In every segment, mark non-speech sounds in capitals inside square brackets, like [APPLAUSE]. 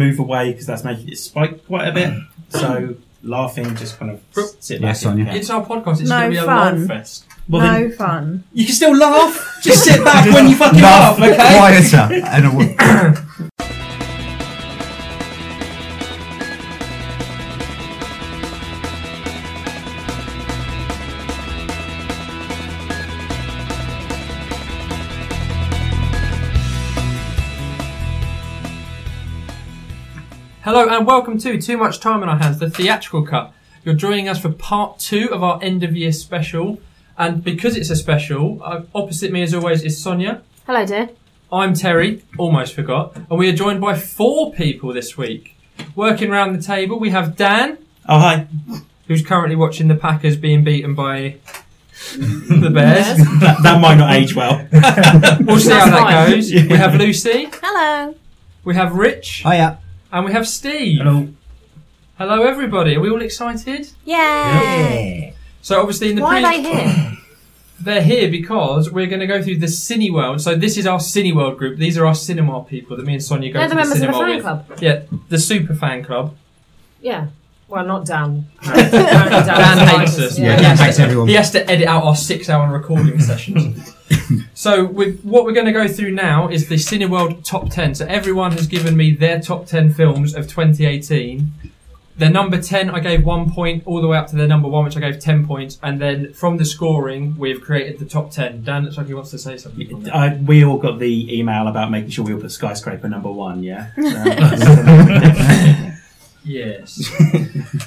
move away because that's making it spike quite a bit. So laughing, just kind of sit back. Yes, in. Sonia. Yeah. It's our podcast. It's No going to be a fun. laugh fest. Well, no then fun. you can still laugh. Just sit back when you fucking Laugh laugh. Oh, [LAUGHS] Okay. quieter and a [LAUGHS] word. Hello and welcome to Too Much Time on Our Hands, the theatrical cut. You're joining us for part two of our end of year special, and because it's a special, uh, opposite me as always is Sonia. Hello, dear. I'm Terry, almost forgot, and we are joined by four people this week. Working round the table, we have Dan, Oh hi. who's currently watching the Packers being beaten by the Bears. That, that might not age well. We'll see how That's that fine. goes. We have Lucy, Hello. we have Rich, [LAUGHS] Hiya. and we have Steve. Hello. Hello, everybody. Are we all excited? Yay. So obviously in the Why pre- are they here? They're here because we're going to go through the Cineworld. So this is our Cineworld group. These are our cinema people that me and Sonia go They're to the the members of the cinema fan with. club. Yeah, the super fan club. Yeah. Well, not Dan. Dan hates us. He Yeah, Dan has to- hates everyone. He has to edit out our six-hour [LAUGHS] recording sessions. So with, what we're going to go through now is the Cineworld top ten. So everyone has given me their top ten films of 2018. Their number ten, I gave one point, all the way up to their number one, which I gave ten points. And then from the scoring, we've created the top ten. Dan looks like he wants to say something. on that. I, we all got the email about making sure we all put skyscraper number one. [LAUGHS] Yeah. Um, Yes.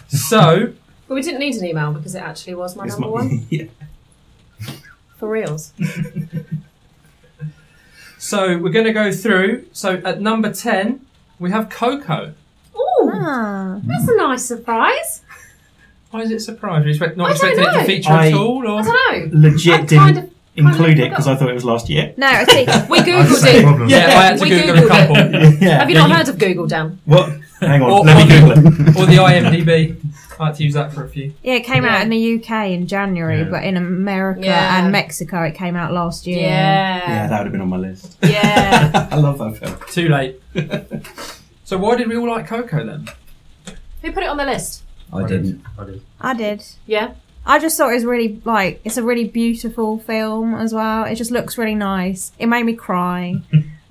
so, But we didn't need an email because it actually was my it's number my- one. yeah. For reals. so we're going to go through. So at number ten, we have Coco. Ooh, Ah. that's a nice surprise. Why is it surprising? Are you expect, not I don't expecting it to know. feature I- at all, I or don't know. [LAUGHS] Legit I didn't kind of. include I it because I thought it was last year. [LAUGHS] No, I see. [LAUGHS] We googled Same it. problem. yeah, I had to We Google a Googled [LAUGHS] couple, yeah. Have you not heard of Google, Dan? What? Hang on. Or- let oh. me Google it. [LAUGHS] [LAUGHS] or the IMDb. I had to use that for a few. Yeah, it came Yeah. out in the UK in January, Yeah. but in America Yeah. and Mexico it came out last year. Yeah, Yeah. that would have been on my list. Yeah. [LAUGHS] [LAUGHS] I love that film. Too late. so why did we all like Coco then? Who put it on the list? I didn't. I did. I did. Yeah. I just thought it was really like it's a really beautiful film as well. It just looks really nice. It made me cry.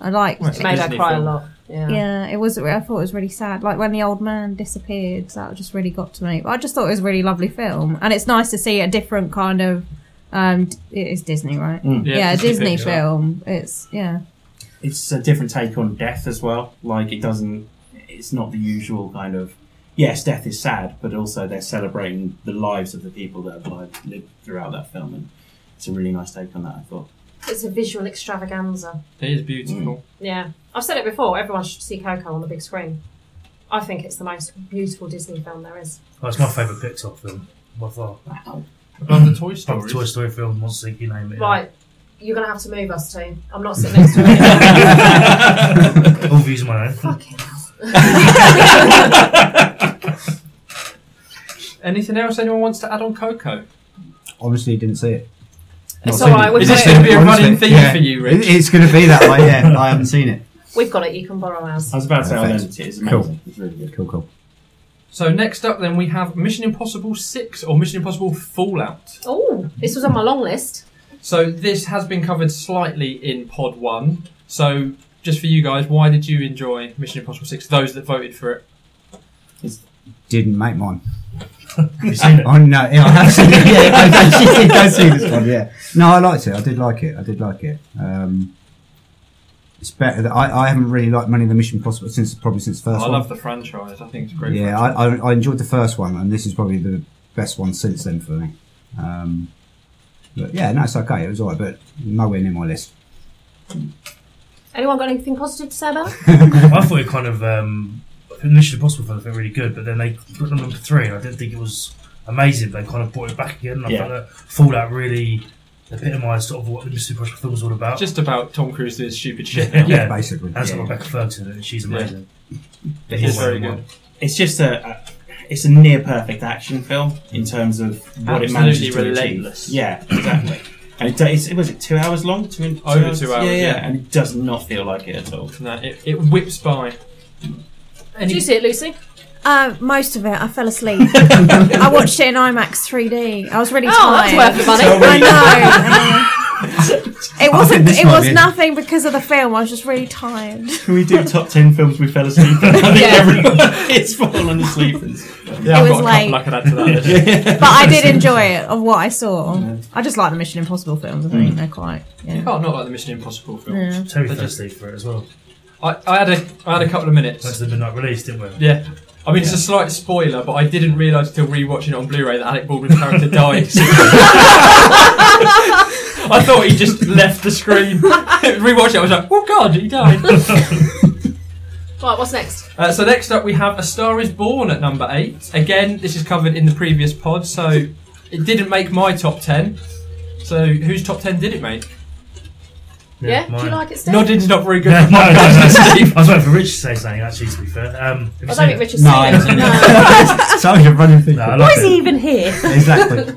I liked Well, it. It made her Disney cry film. a lot. Yeah. Yeah, it was. I thought it was really sad. Like when the old man disappeared, that just really got to me. But I just thought it was a really lovely film, and it's nice to see a different kind of. Um, d- it is Disney, right? Yeah, a Disney film. It's yeah, It's a different take on death as well. Like it doesn't. It's not the usual kind of. Yes, death is sad, but also they're celebrating the lives of the people that have lived, lived throughout that film, and it's a really nice take on that. I thought. It's a visual extravaganza. It is beautiful. Yeah. I've said it before. Everyone should see Coco on the big screen. I think it's the most beautiful Disney film there is. Oh, it's my favourite Pixar film by far. Oh, Above the Toy Probably Story. Toy [LAUGHS] Story film, Monster Inc., you name it. yeah. Right, you're gonna have to move us two. I'm not sitting next to you. [LAUGHS] All views my own. [LAUGHS] Fucking hell. [LAUGHS] Anything else anyone wants to add on Coco? Honestly, didn't see it. It's Not seen alright, it. we've Is got this it. going to be a Honestly, running theme yeah. for you, It- Rich? It's going to be that way. Yeah, I haven't seen it. We've got it. You can borrow ours. I was about to say I'll Perfect. lend it to you. It's amazing. Cool. It's really good. Cool, cool. So next up, then we have Mission Impossible Six or Mission Impossible Fallout. Oh, this was on my long list. So this has been covered slightly in Pod One. So just for you guys, why did you enjoy Mission Impossible Six? Those that voted for it. Didn't make mine. Have you seen it? Oh no, yeah, I have seen it. [LAUGHS] Yeah, I actually did go see this one. Yeah, no, I liked it. I did like it. I did like it. Um, it's better. That I, I haven't really liked many of the Mission Possible since probably since the I first one. love the franchise. I think it's a great. yeah, franchise. I, I, I enjoyed the first one, and this is probably the best one since then for me. Um, but yeah, no, it's okay. It was alright, but nowhere near my list. Anyone got anything positive to say about it? I thought it kind of um, Mission Impossible film felt really good, but then they put it on number three. and I didn't think it was amazing. But they kind of brought it back again. And I Yeah. felt that Fallout really epitomised sort of what the Mission Impossible film was all about. Just about Tom Cruise doing stupid shit. Yeah. basically. That's yeah. what Rebecca Ferguson. and She's Yeah. amazing. It is Always very one. good. It's just a. a it's a near perfect action film in terms of what it Absolutely manages to relentless. achieve. Yeah, exactly. [LAUGHS] And it, do- it's, was it two hours long? Two, and- Over two hours, yeah, yeah. [LAUGHS] And it does not feel like it at all. No, it, it whips by. Did Any, you see it, Lucy? Uh, most of it, I fell asleep. [LAUGHS] I watched it in IMAX 3D. I was really Oh, tired. that's worth the money. I know. I [LAUGHS] know. It wasn't. this It might was be it. nothing because of the film. I was just really tired. Can we do top ten films we fell asleep? in? I think Yeah. everyone is fallen asleep. in. yeah, It I've was got a couple like- I could add to that. [LAUGHS] list. But I did enjoy it of what I saw. I just like the Mission Impossible films. I Mm. think they're quite. You Yeah. can't Oh, not like the Mission Impossible films. Yeah. Terry They fell just- asleep for it as well. I, I had a I had a couple of That's minutes. [LAUGHS] the midnight release, didn't we? Yeah. I mean, it's a slight spoiler, but I didn't realise until rewatching it on Blu-ray that Alec Baldwin's character [LAUGHS] dies. I thought he just left the screen. [LAUGHS] Rewatching it, I was like, "Oh God, he died." [LAUGHS] Right, what's next? Uh, so next up, we have A Star Is Born at number eight. Again, this is covered in the previous pod, so it didn't make my top ten. So whose top ten did it make? Yeah? Do mine. you like it, Steve? Nodding's not very good. [LAUGHS] Yeah, at no, no, no. podcasting, Steve. [LAUGHS] I was waiting for Rich to say something. Actually, to be fair, um, have I you seen don't think it? Richard's No, I seen it. haven't No. so you're running through. No, I like it. even here? [LAUGHS] Exactly.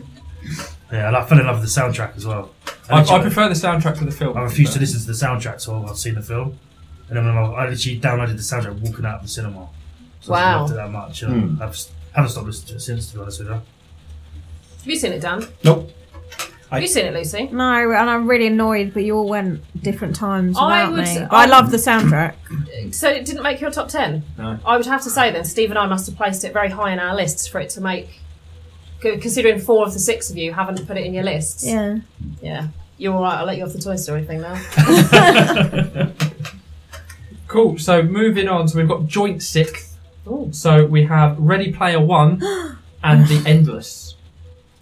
Yeah, I like, fell in love with the soundtrack as well. I, I literally- prefer the soundtrack to the film. I refused to listen to the soundtrack, so I've seen the film. And then when I, I literally downloaded the soundtrack walking out of the cinema. So I Wow. loved it that much. Uh, Hmm. I've, s- haven't stopped listening to it since, to be honest with you. Have you seen it, Dan? Nope. Have you seen it, Lucy? [LAUGHS] No, and I'm really annoyed. But you all went different times I without would me. s- But I love the soundtrack. So it didn't make your top ten. No. I would have to say then, Steve and I must have placed it very high in our lists for it to make. c- Considering four of the six of you haven't put it in your lists. Yeah. Yeah. You're all right. I'll let you off the Toy Story thing now. Cool. So moving on, so we've got joint sixth. Ooh. So we have Ready Player [GASPS] One and The Endless.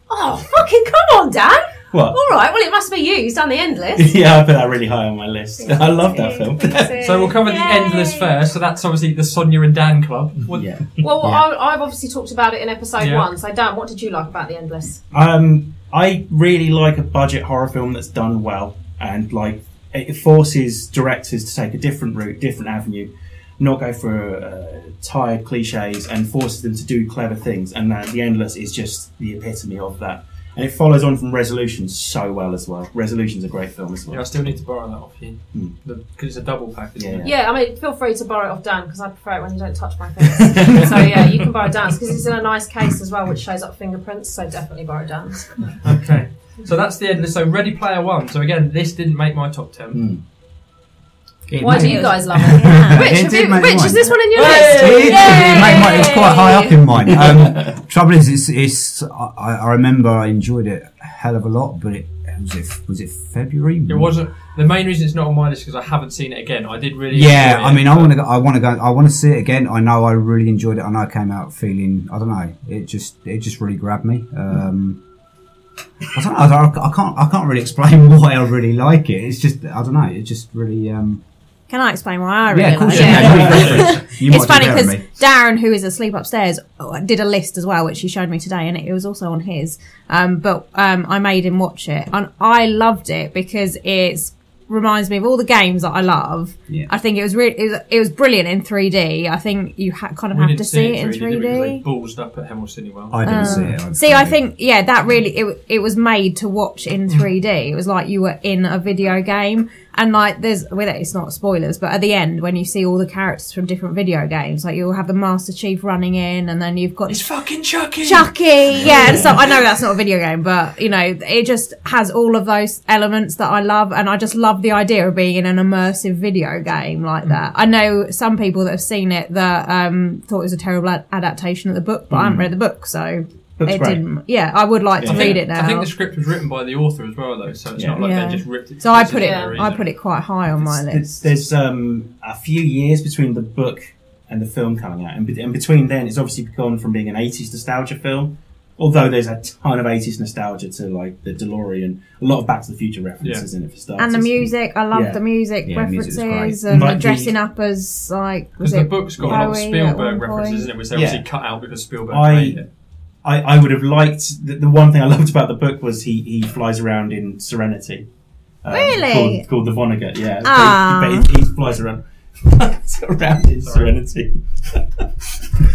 Oh, fucking come on, Dan! What? All right. Well, it must be you. You've done [LAUGHS] the endless. yeah, I put that really high on my list. I love that film. So we'll cover The Yay. Endless first. So that's obviously the Sonia and Dan club. What- yeah. Well, Mm, Yeah. I, I've obviously talked about it in episode Yeah. one. So, Dan, what did you like about the endless? Um, I really like a budget horror film that's done well and like it forces directors to take a different route, different avenue, not go for uh, tired cliches, and forces them to do clever things. And that the endless is just the epitome of that. And it follows on from Resolution so well as well. Resolution's a great film as Yeah, well. I still need to borrow that off you Hmm. Mm. because it's a double pack. Isn't Yeah. It? Yeah, I mean, feel free to borrow it off Dan because I prefer it when you don't touch my things. so yeah, you can borrow Dan's because it's in a nice case as well, which shows up fingerprints. So definitely borrow Dan's. Okay. So that's the endless. So Ready Player One. So again, this didn't make my top ten. Mm. Mm. Why do made you it. guys love [LAUGHS] it? Yeah. [LAUGHS] Rich, It have did you, make Rich mine. is this one in your Hey! list? It, it, Yay! it made mine. It's quite high up in [LAUGHS] mine. Um, trouble is, it's, it's I, I remember I enjoyed it a hell of a lot, but it was it was it February? It wasn't the main reason it's not on my list because I haven't seen it again. I did really. Yeah, enjoy it, I mean, I but- want to, I want to go, I want to see it again. I know I really enjoyed it. I know I came out feeling, I don't know, it just, it just really grabbed me. Um, I don't know, I, don't- I can't, I can't really explain [LAUGHS] why I really like it. It's just, I don't know, it just really, um, Can I explain why I really yeah, of course, like you it? can. You [LAUGHS] reference. You it's might funny do better because than me. Darren, who is asleep upstairs, oh, did a list as well, which he showed me today, and it was also on his. Um, but um, I made him watch it, and I loved it because it's reminds me of all the games that I love. Yeah. I think it was really it was, it was brilliant in 3D. I think you ha- kind of We have didn't to see it in 3D, did we? 'Cause They 3D. ballsed up at Hemel Cinewell. I didn't Um, see it. Hmm. I See, I probably- think yeah, that really it, it was made to watch in 3D. It was like you were in a video game, and like there's well, it's not spoilers, but at the end when you see all the characters from different video games, like you'll have the Master Chief running in, and then you've got It's fucking Chucky. [LAUGHS] Chucky, yeah, and stuff. I know that's not a video game, but you know, it just has all of those elements that I love, and I just love the idea of being in an immersive video game like that. I know some people that have seen it that um, thought it was a terrible ad- adaptation of the book, but I haven't read the book, so Mm. Looks it great. didn't. Yeah, I would like to Yeah. read it now. I think the script was written by the author as well, though, so it's Yeah. not like Yeah. they just ripped it. so I put it, Yeah. I put it quite high on my There's- list. There's um, a few years between the book and the film coming out, and, be- and between then, it's obviously gone from being an '80s nostalgia film. Although there's a ton of '80s nostalgia to like the DeLorean, a lot of Back to the Future references in it for starters. And the music, I love Yeah. the music Yeah, music was references, great. and Like the the- dressing up as like Because was the it book's got a lot of Bowie at Spielberg one point? references, isn't it? Which they Yeah. obviously cut out because Spielberg I- made it. I, I would have liked the, the one thing I loved about the book was he he flies around in Serenity. um, Really? Called, called the Vonnegut, yeah. Ah. But he, but he, he flies around, [LAUGHS] flies around in Sorry. Serenity. I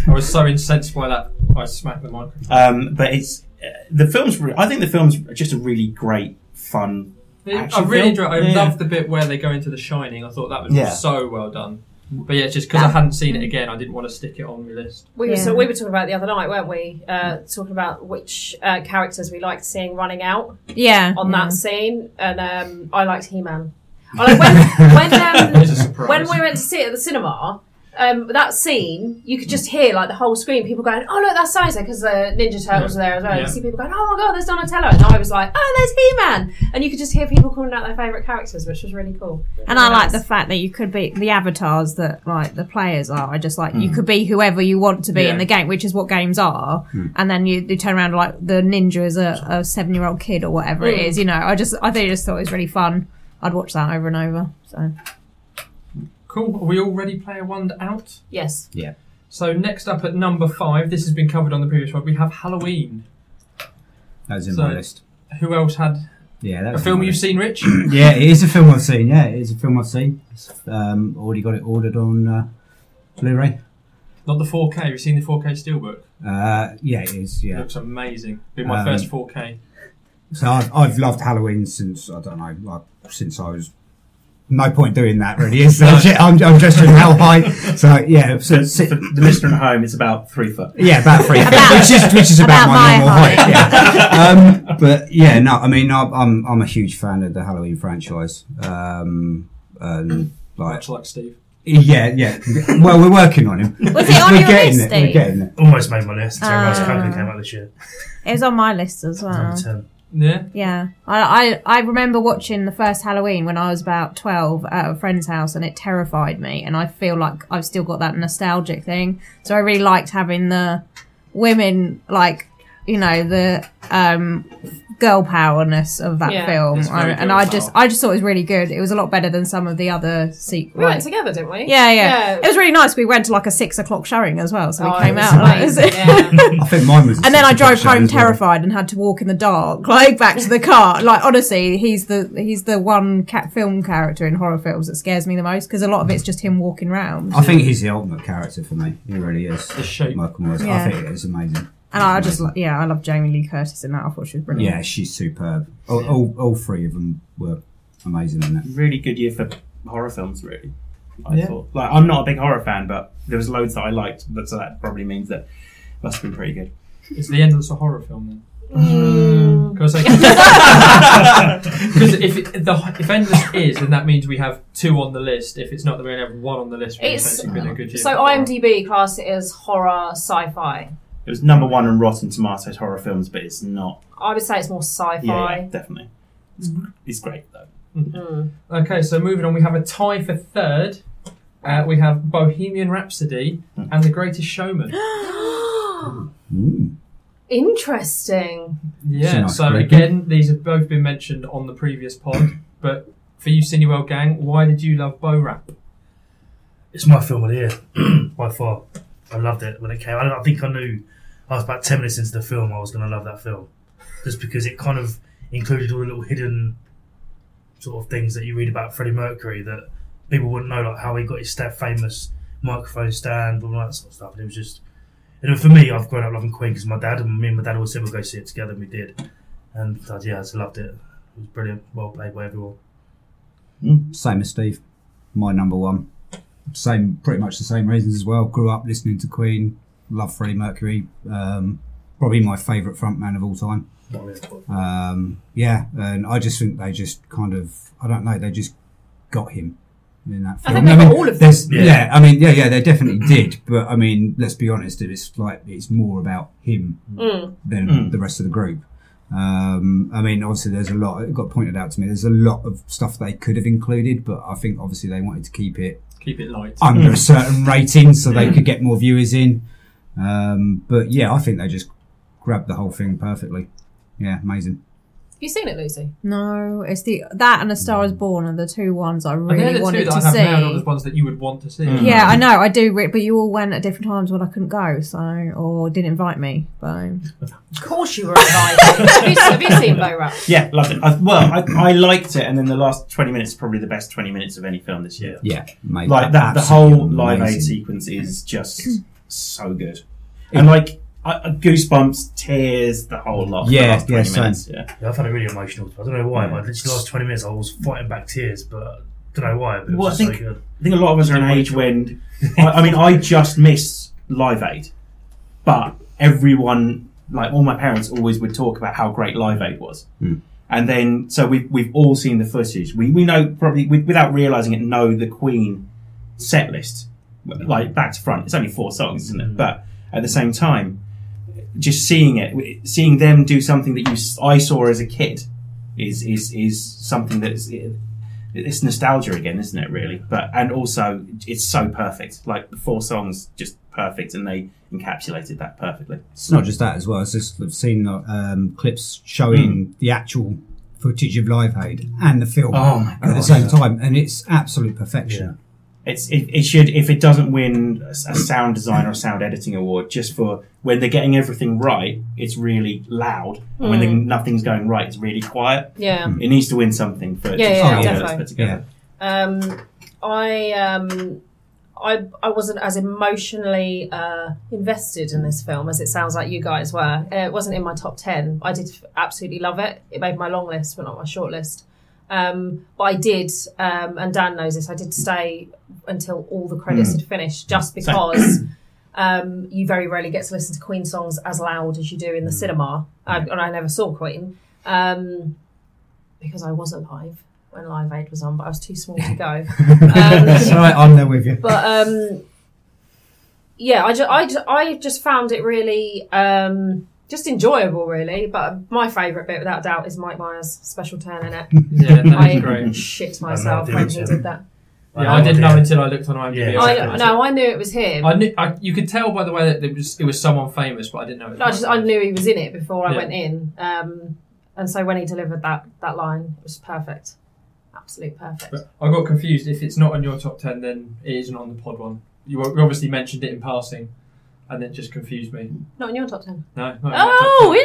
was so incensed by that, I smacked the microphone. Um, but it's uh, the film's. Re- I think the film's just a really great, fun. I Action really film? enjoyed. I Yeah. loved the bit where they go into The Shining. I thought that was Yeah. so well done. But yeah, just because I hadn't seen it again, I didn't want to stick it on my list. [LAUGHS] We were, Yeah. so we were talking about it the other night, weren't we? Uh, talking about which uh, characters we liked seeing running out Yeah. on yeah. that scene, and um, I liked He Man. I [LAUGHS] like when [LAUGHS] when, It's a um, surprise. when we went to see it at the cinema. Um, that scene, you could just hear like the whole screen, people going, "Oh look, that's so because the Ninja Turtles were there as well. Yeah. You see people going, "Oh my god, there's Donatello," and I was like, "Oh, there's He Man," and you could just hear people calling out their favourite characters, which was really cool. And I like the fact that you could be the avatars that like the players are. I just like Hmm. you could be whoever you want to be Yeah. in the game, which is what games are. Hmm. And then you, you turn around like the ninja is a, a seven year old kid or whatever it Hmm. Mm. is. You know, I just I think I just thought it was really fun. I'd watch that over and over. So Cool. Are we already player one out? Yes, So next up at number five, this has been covered on the previous one. We have Halloween. That was in So- my list. Who else had Yeah, that a was in film my you've list. seen, Rich? Yeah, it is a film I've seen. Yeah, it is a film I've seen. It's, um, already got it ordered on uh, Blu-ray. Not the 4K. Have you seen the 4K steelbook? Uh, yeah, it is. It Yeah. looks amazing. Been my Um, first 4K. So I've, I've loved Halloween since I don't know, like, since I was. No point doing that, really. Is there? [LAUGHS] I'm, I'm just in hell high. So yeah, so, So, si- for the listener at home, it's about three foot. yeah, about three, feet, About- which is which is about, about my my normal height. height. yeah. um, but yeah, no, I mean, I'm I'm- I'm a huge fan of the Halloween franchise. Um, and like, Much like Steve. yeah, yeah. Well, we're working on him. was it on we're your getting list? it. We're Steve? getting it. Almost made my list. until I realised Ah. Coco came out this year. It was on my list as Number well. 10. Yeah. Yeah, I, I I remember watching the first Halloween when I was about twelve at a friend's house, and it terrified me. And I feel like I've still got that nostalgic thing. So I really liked having the women, like you know, the um, girl powerness of that Yeah, film. it's very I- and girl I just power. I just thought it was really good. It was a lot better than some of the other we went sequels. together, didn't we? yeah, yeah, It was really nice. We went to like a six o'clock showing as well, so we Oh, came it was out. [LAUGHS] like, amazing, yeah. [LAUGHS] I think mine was. a and then I six drove o'clock show home as well. terrified and had to walk in the dark, like back to the car. Like honestly, he's the he's the one cat film character in horror films that scares me the most because a lot of it's just him walking around. I think he's the ultimate character for me. He really is. The shape. Michael Myers. Yeah. I think it is amazing. And I just lo- yeah, I love Jamie Lee Curtis in that. I thought she was brilliant. Yeah, she's superb. All, all, all three of them were amazing in it. Really good year for horror films, really. I Yeah. thought. Like, I'm not a big horror fan, but there was loads that I liked, but so that probably means that must have been pretty good. It's the end of the horror film then. Mm. Because if it, the, if endless is, then that means we have two on the list. If it's not, then we only have one on the list. which It's- has been a good year. So IMDb class it as horror sci-fi. It was number one on Rotten Tomatoes horror films, but it's not. I would say it's more sci-fi. Yeah, yeah, definitely. It's, it's great though. Mm. Okay, so moving on, we have a tie for third. Uh, we have Bohemian Rhapsody and The Greatest [GASPS] Showman. Mm. Interesting. Yeah. Nice so break. again, these have both been mentioned on the previous pod. but for you, Cineworld gang, why did you love Bo Rap? It's my film of the year, [CLEARS THROAT] by far. I loved it when it came. I, I think I knew I was about ten minutes into the film I was going to love that film, just because it kind of included all the little hidden sort of things that you read about Freddie Mercury that people wouldn't know, like how he got his sta famous microphone stand, all that sort of stuff. And it was just, you know, for me, I've grown up loving Queen because my dad and me and my dad always said we'll go see it together, and we did. And uh, yeah, I just loved it. It was brilliant, well played by everyone. Same as Steve. My number one. Same, pretty much the same reasons as well. Grew up listening to Queen. Love Freddie Mercury. Um, probably my favourite frontman of all time. Not really, but- Um, yeah, and I just think they just kind of, I don't know, they just got him in that I film. think they mean, got all of them. there's- Yeah. I mean, yeah, yeah, they definitely did. But I mean, let's be honest, it's like it's more about him Mm. than Mm. the rest of the group. Um, I mean, obviously, there's a lot. It got pointed out to me. There's a lot of stuff they could have included, but I think obviously they wanted to keep it Keep it light. under a certain rating so they could get more viewers in. Um, but yeah, I think they just grabbed the whole thing perfectly. Yeah, amazing. You seen it, Lucy? No, it's the that and A Star Is Born are the two ones I And they're really the two wanted that to I have nailed on see. as ones that you would want to see. Mm. Yeah, I know, I do, re- but you all went at different times when I couldn't go, so or didn't invite me. So Of course you were invited. [LAUGHS] have, you, have you seen Bo Rap? Yeah, loved it. I, well, I, I liked it, and then the last 20 minutes is probably the best 20 minutes of any film this year. Yeah, mate. Like that, the absolutely whole Live Aid amazing. sequence is just so good. And like, I, I- goosebumps, tears, the whole lot. the Yeah, last 20 yeah, same. minutes, yeah. Yeah, I found it really emotional. I don't know why, but literally the last 20 minutes I was fighting back tears, but don't know why, but it was Well, I just think- so good. I think a lot of us are at an age when, I, I mean, I just missed Live Aid, but everyone, like all my parents, always would talk about how great Live Aid was. Hmm. And then, so we've, we've all seen the footage. We, we know, probably, we, without realising it, know the Queen set list, like back to front. It's only four songs, isn't it? But at the same time, just seeing it, seeing them do something that you, s- I saw as a kid is, is, is something that's, it's nostalgia again, isn't it? Really, but and also it's so perfect. Like the four songs, just perfect, and they encapsulated that perfectly. It's not just that as well. It's just I've seen um, clips showing Hmm. the actual footage of Live Aid and the film Oh my at the God, same yeah. time, and it's absolute perfection. It's it, it should if it doesn't win a s- a sound design or a sound editing award just for when they're getting everything right, it's really loud. And When they, Mm. nothing's going right, it's really quiet. Yeah. It needs to win something for it Yeah, to yeah, be yeah, able to defo. put together. Um, I um, I I wasn't as emotionally uh, invested in this film as it sounds like you guys were. Uh, It wasn't in my top ten. I did absolutely love it. It made my long list, but not my short list. Um, but I did, um, and Dan knows this. I did stay until all the credits had finished, just because. Um, you very rarely get to listen to Queen songs as loud as you do in the cinema, I, and I never saw Queen um, because I was alive when Live Aid was on, but I was too small to go. That's Um, right, I'm there with you. but um, yeah, I just, I, ju- I just found it really um, just enjoyable, really. But my favourite bit, without doubt, is Mike Myers' special turn in it. Yeah, that I is great. shit no myself idea when which he one. did that. Yeah, I had didn't no know idea. until I looked on IMDb. Yeah, I, exactly. I, no, I knew it was him. I I, knew I, you could tell by the way that it was it was someone famous, but I didn't know. It was just I knew he was in it before I Yeah. went in, um, and so when he delivered that that line, it was perfect, absolute perfect. But I got confused. If it's not on your top ten, then it isn't on the pod one. You o- you obviously mentioned it in passing, and it just confused me. Not in your top ten. No, not in my top Oh,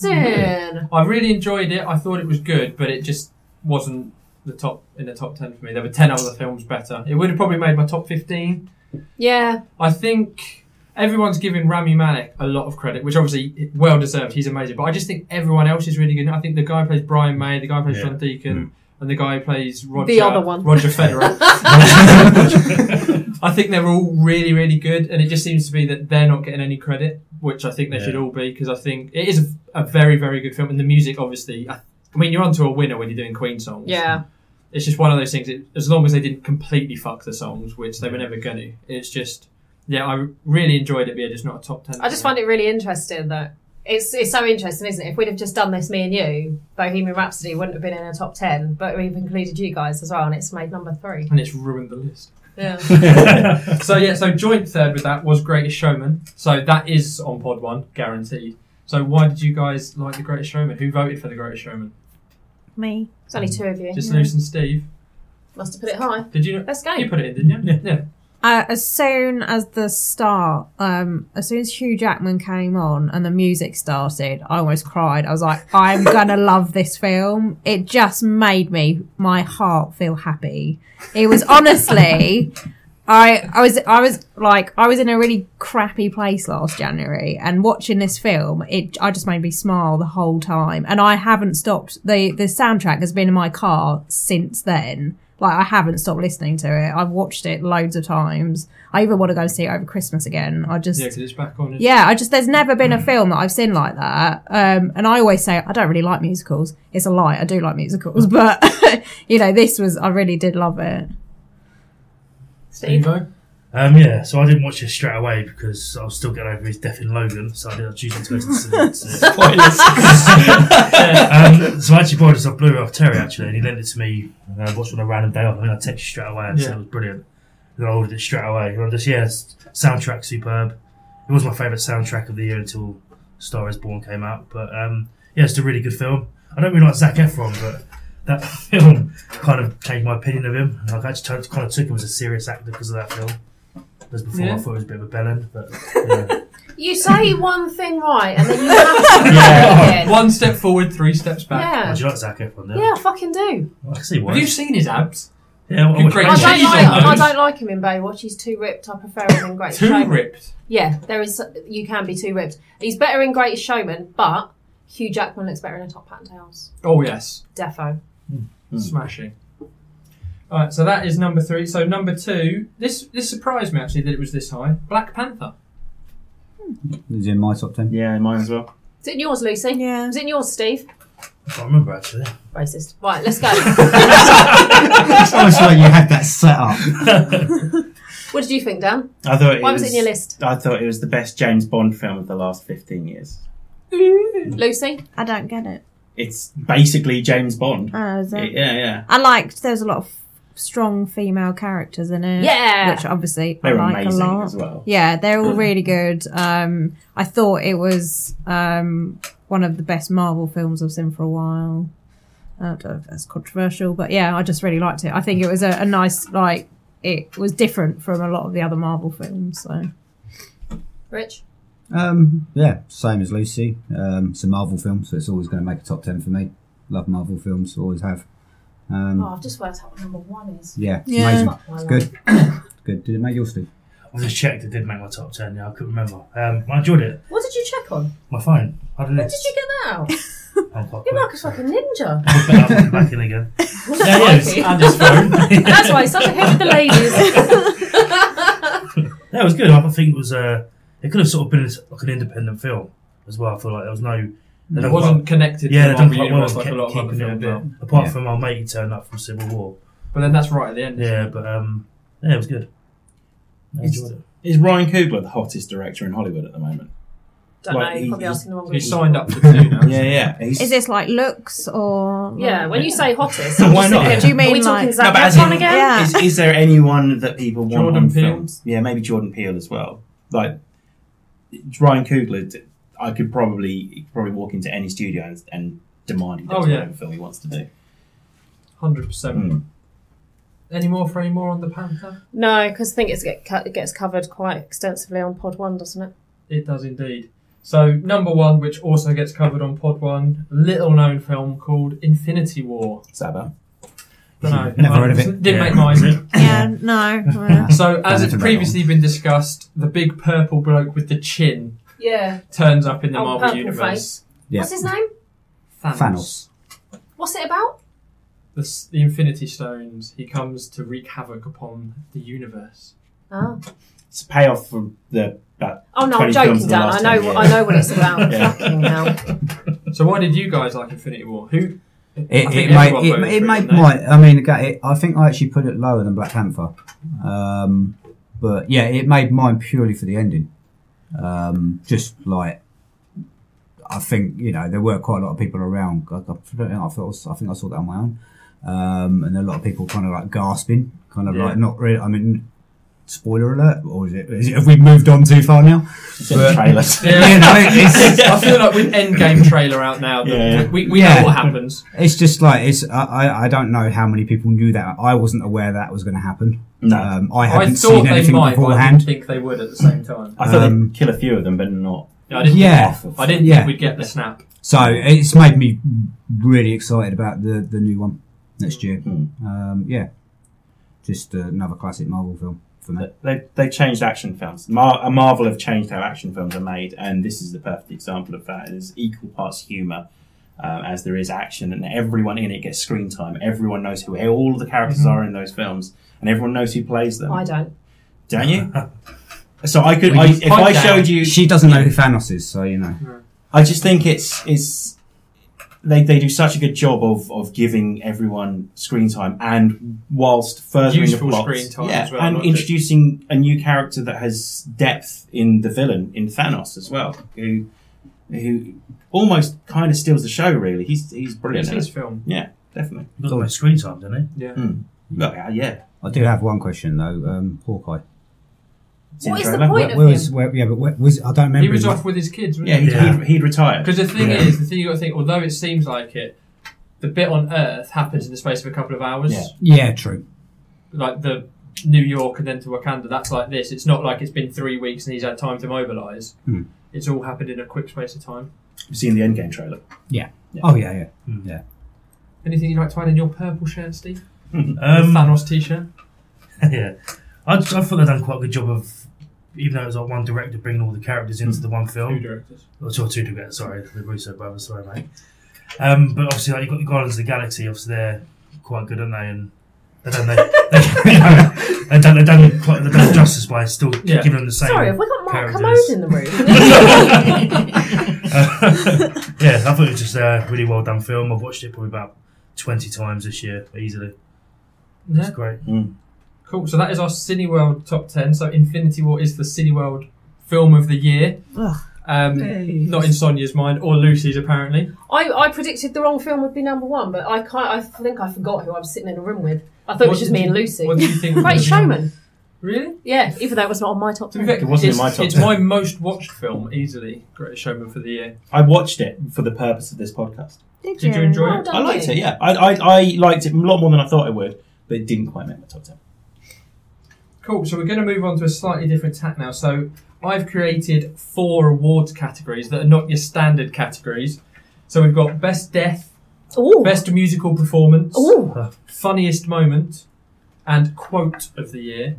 10. interesting. I really enjoyed it. I thought it was good, but it just wasn't the top in the top ten for me. There were ten other films better. It would have probably made my top fifteen. Yeah. [LAUGHS] I think everyone's giving Rami Malek a lot of credit, which obviously well deserved. He's amazing, but I just think everyone else is really good. I think the guy who plays Brian May, the guy who plays Yeah. Hmm. John Deacon, and the guy who plays Roger, other one. Roger [LAUGHS] Federer. [LAUGHS] I think they're all really, really good, and it just seems to be that they're not getting any credit, which I think they Yeah. should all be because I think it is a, a very, very good film, and the music obviously. I, I mean, you're onto a winner when you're doing Queen songs. [LAUGHS] Yeah. It's just one of those things. It, as long as they didn't completely fuck the songs, which they were never going to, it's just yeah. I really enjoyed it, but yeah, just not a top ten. I just find it really interesting that it's it's so interesting, isn't it? If we'd have just done this, me and you, Bohemian Rhapsody wouldn't have been in a top ten, but we've included you guys as well, and it's made number three. and it's ruined the list. Yeah. [LAUGHS] so yeah, so joint third with that was Greatest Showman. So that is on Pod One, guaranteed. So why did you guys like the Greatest Showman? Who voted for the Greatest Showman? Me. There's only two of you. Just Luce and Steve. Must have put it high. Did you? Let's go. You put it in, didn't you? Yeah. Uh, as soon as the start, um, as soon as Hugh Jackman came on and the music started, I almost cried. I was like, I'm gonna love this film. It just made me, my heart feel happy. It was honestly, I, I was, I was like, I was in a really crappy place last January and watching this film, it, I just made me smile the whole time. And I haven't stopped. The, the soundtrack has been in my car since then. Like I haven't stopped listening to it. I've watched it loads of times. I even want to go and see it over Christmas again. I just Yeah, because it's back on. isn't it? yeah, I just there's never been a film that I've seen like that. Um, and I always say I don't really like musicals. It's a lie. I do like musicals, [LAUGHS] but you know this was I really did love it. Steve. Evo? Um, yeah, so I didn't watch it straight away because I was still getting over his death in Logan, so I didn't choose to go to the [LAUGHS] cinema. So, um, so I actually borrowed this off Blu-ray off Terry actually, and he lent it to me. And I watched it on a random day off. I mean, I texted straight away and said Yeah. it was brilliant. And I ordered it straight away. And I just yeah, s- soundtrack superb. It was my favourite soundtrack of the year until Star Is Born came out. But um, yeah, it's a really good film. I don't really like Zac Efron, but that [LAUGHS] film kind of changed my opinion of him. Like I actually kind of took him as a serious actor because of that film. Whereas before Yeah. I thought he was a bit of a bellend, but yeah. You say one thing right, and [LAUGHS] then you have to Yeah. yeah. One step forward, three steps back. Oh, Yeah. do you like Zac Efron? Then? Yeah, I fucking do. I can see why. Have you seen his abs? Yeah, well, I Good watched great I Baywatch. He's don't, on like, I those. don't like him in Baywatch. He's too ripped. I prefer him in [LAUGHS] Great Too Showman. ripped. Yeah, there is. You can be two ripped. He's better in Greatest Showman, but Hugh Jackman looks better in a top hat and tails. Oh yes, Defo. smashing. All right, so that is number three. So number two, this this surprised me actually that it was this high. Black Panther. Is in my top [LAUGHS] ten. Yeah, mine as well. Is it in yours, Lucy? Yeah. Is it in yours, Steve? I can't remember actually. Racist. Right, let's go. it's almost like you had that set up. what did you think, Dan? I thought it Why was it in your list? I thought it was the best James Bond film of the last fifteen years. Lucy? I don't get it. It's basically James Bond. Oh, is it? yeah, yeah. I liked. There's a lot of strong female characters in it. Yeah. which obviously They're I like a amazing lot. as well. Yeah, they're all [CLEARS THROAT] really good. Um, I thought it was um, one of the best Marvel films I've seen for a while. Uh, don't know if that's controversial, but yeah, I just really liked it. I think it was a, a nice, like, it was different from a lot of the other Marvel films. So Rich? Um, yeah, same as Lucy. Um, it's a Marvel film, so it's always going to make a top ten for me. Love Marvel films, always have. Um, Oh, I've just worked out what number one is. yeah, it's Yeah. amazing. It's good. [COUGHS] good. Did it make your Steve? I just checked. It did make my top ten. Yeah, I couldn't remember. Um, I enjoyed it. What did you check on? My phone. I don't know. When did you get that out? I'm quite You're quick. like a [LAUGHS] fucking ninja. I'll put that back in [LAUGHS] again. There it is. Crikey. And his phone. [LAUGHS] That's why he's such a hit with the ladies. Yeah, it was good. I think it was. Uh, it could have sort of been like an independent film as well. I feel like there was no. they It done wasn't quite- connected. yeah, to they the Marvel done quite well. universe Kept, like a lot of other keeping it a films. bit. are. Apart Yeah. from our mate who turned up from Civil War. But then that's right at the end. isn't Yeah, it? but um, yeah, it was good. I It's- enjoyed it. Is Ryan Coogler the hottest director in Hollywood at the moment? Don't Like, know, he- probably he- asking the wrong He people. signed up for two now. Yeah, yeah. He's, is this like looks or Yeah, when you say hottest, So I'm why just not? thinking, Do you mean Are we talking like- Zac No, but as Efron in- again? Yeah. Is, is there anyone that people want Jordan on Peele? films? Yeah, maybe Jordan Peele as well. Like Ryan Coogler, d- I could probably probably walk into any studio and, and demand he does Oh, yeah. whatever film he wants to do. Hundred percent. Any more for any more on the Panther? No, because I think it's get cut, it gets covered quite extensively on Pod One, doesn't it? It does indeed. So number one, which also gets covered on Pod One, little known film called Infinity War. What's that about? Dunno. Never heard of it. Didn't Yeah. make [LAUGHS] mine. yeah no [LAUGHS] well, So as Dunno it's if I previously been discussed, the big purple bloke with the chin Yeah. turns up in the Oh, Marvel purple universe. Yeah. What's his name? Thanos. What's it about? The, s- the Infinity Stones. He comes to wreak havoc upon the universe. Oh, It's a payoff for the that. oh no, 20 I'm films in joking, the Dan. I last know, 10 years. I know what it's about. Yeah. [LAUGHS] Fucking hell. So why did you guys like Infinity War? Who? It, I it think made everyone it, voted it for made didn't they? my. I mean, again, it, I think I actually put it lower than Black Panther, um, but yeah, it made mine purely for the ending. Um, just like I think you know there were quite a lot of people around. I, I, don't know, I, thought, I think I saw that on my own, um, and a lot of people kind of like gasping, kind of Yeah. like not really. I mean, spoiler alert, or is it? Is it have we moved on too far now? [LAUGHS] It's in the trailers. [LAUGHS] Yeah. You [LAUGHS] know, [LAUGHS] it's- I feel like with Endgame trailer out now, the- Yeah, yeah. we, we Yeah. know what happens. It's just like it's. I, I I don't know how many people knew that. I wasn't aware that was going to happen. No. um, I I hadn't thought seen they anything might, but I didn't beforehand. think they would at the same time. I thought Um, they'd kill a few of them, but not. Yeah, I didn't. Yeah. Think, I didn't Yeah. think we'd get the snap. So it's made me really excited about the the new one next year. Hmm. Um, yeah, just another classic Marvel film for me. They they changed action films. Mar- Marvel have changed how action films are made, and this is the perfect example of that. There's equal parts humour um, as there is action, and everyone in it gets screen time. Everyone knows who all the characters Mm-hmm. are in those films, and everyone knows who plays them. I don't. Don't you? So I could, Well, I, you if find I out. showed you, She doesn't know who Thanos is, so you know. I just think it's it's they, they do such a good job of, of giving everyone screen time and whilst furthering Useful the plot, screen time yeah, as well, and not just- introducing a new character that has depth in the villain in Thanos as well, who who almost kind of steals the show. Really, he's he's brilliant. It's in it. his film. Yeah, definitely. [LAUGHS] He got the most screen time, didn't Yeah. Well, yeah, yeah. I do have one question though. Um, Hawkeye. It's in What the is the trailer. point? Where, where was? Where, yeah, but where was? I don't remember. He was him. off with his kids, wasn't Yeah, he? he'd, Yeah. He'd, he'd retired. Because the thing Yeah. is, the thing you got to think, although it seems like it, the bit on Earth happens in the space of a couple of hours. Yeah. Yeah, true. Like the New York and then to Wakanda, that's like this. It's not like it's been three weeks and he's had time to mobilise. Hmm. It's all happened in a quick space of time. You've seen the Endgame trailer. Oh yeah, yeah. Anything you'd like to add in your purple shirt, Steve? he? Um, Thanos t-shirt? [LAUGHS] yeah, I, just- I thought they'd done quite a good job of, even though it was like one director bringing all the characters into the one New film. directors. Or two, two directors, sorry, the Russo brothers, sorry, mate. Um, but obviously, like you've got the Guardians of the Galaxy. Obviously, they're quite good, aren't they? And They've done, they, [LAUGHS] they, they've done, they've done, quite- they've done justice by still Yeah. giving them the same. Sorry, have we got Mark Commode characters. in the room? [LAUGHS] Uh, yeah, I thought it was just a really well done film. I've watched it probably about 20 times this year, easily. It's Yeah. great. Cool. So that is our Cineworld top ten. So Infinity War is the Cineworld film of the year. Ugh. Um, not in Sonia's mind or Lucy's apparently. I, I predicted the wrong film would be number one, but I can't. I think I forgot who I was sitting in a room with. I thought it What was just did me and you- Lucy. What do you [LAUGHS] think? Great Showman. Really? Yeah, even though it was not on my top To be ten. fair, It wasn't in it's, my top it's 10. my most watched film easily. Great Showman for the year. I watched it for the purpose of this podcast. Did Did you enjoy Well it? done, I liked you. it. Yeah, I, I, I liked it a lot more than I thought I would, but it didn't quite make my top ten. Cool. So we're going to move on to a slightly different tack now. So I've created four awards categories that are not your standard categories. So we've got best death, Ooh. best musical performance, Ooh. funniest moment, and quote of the year.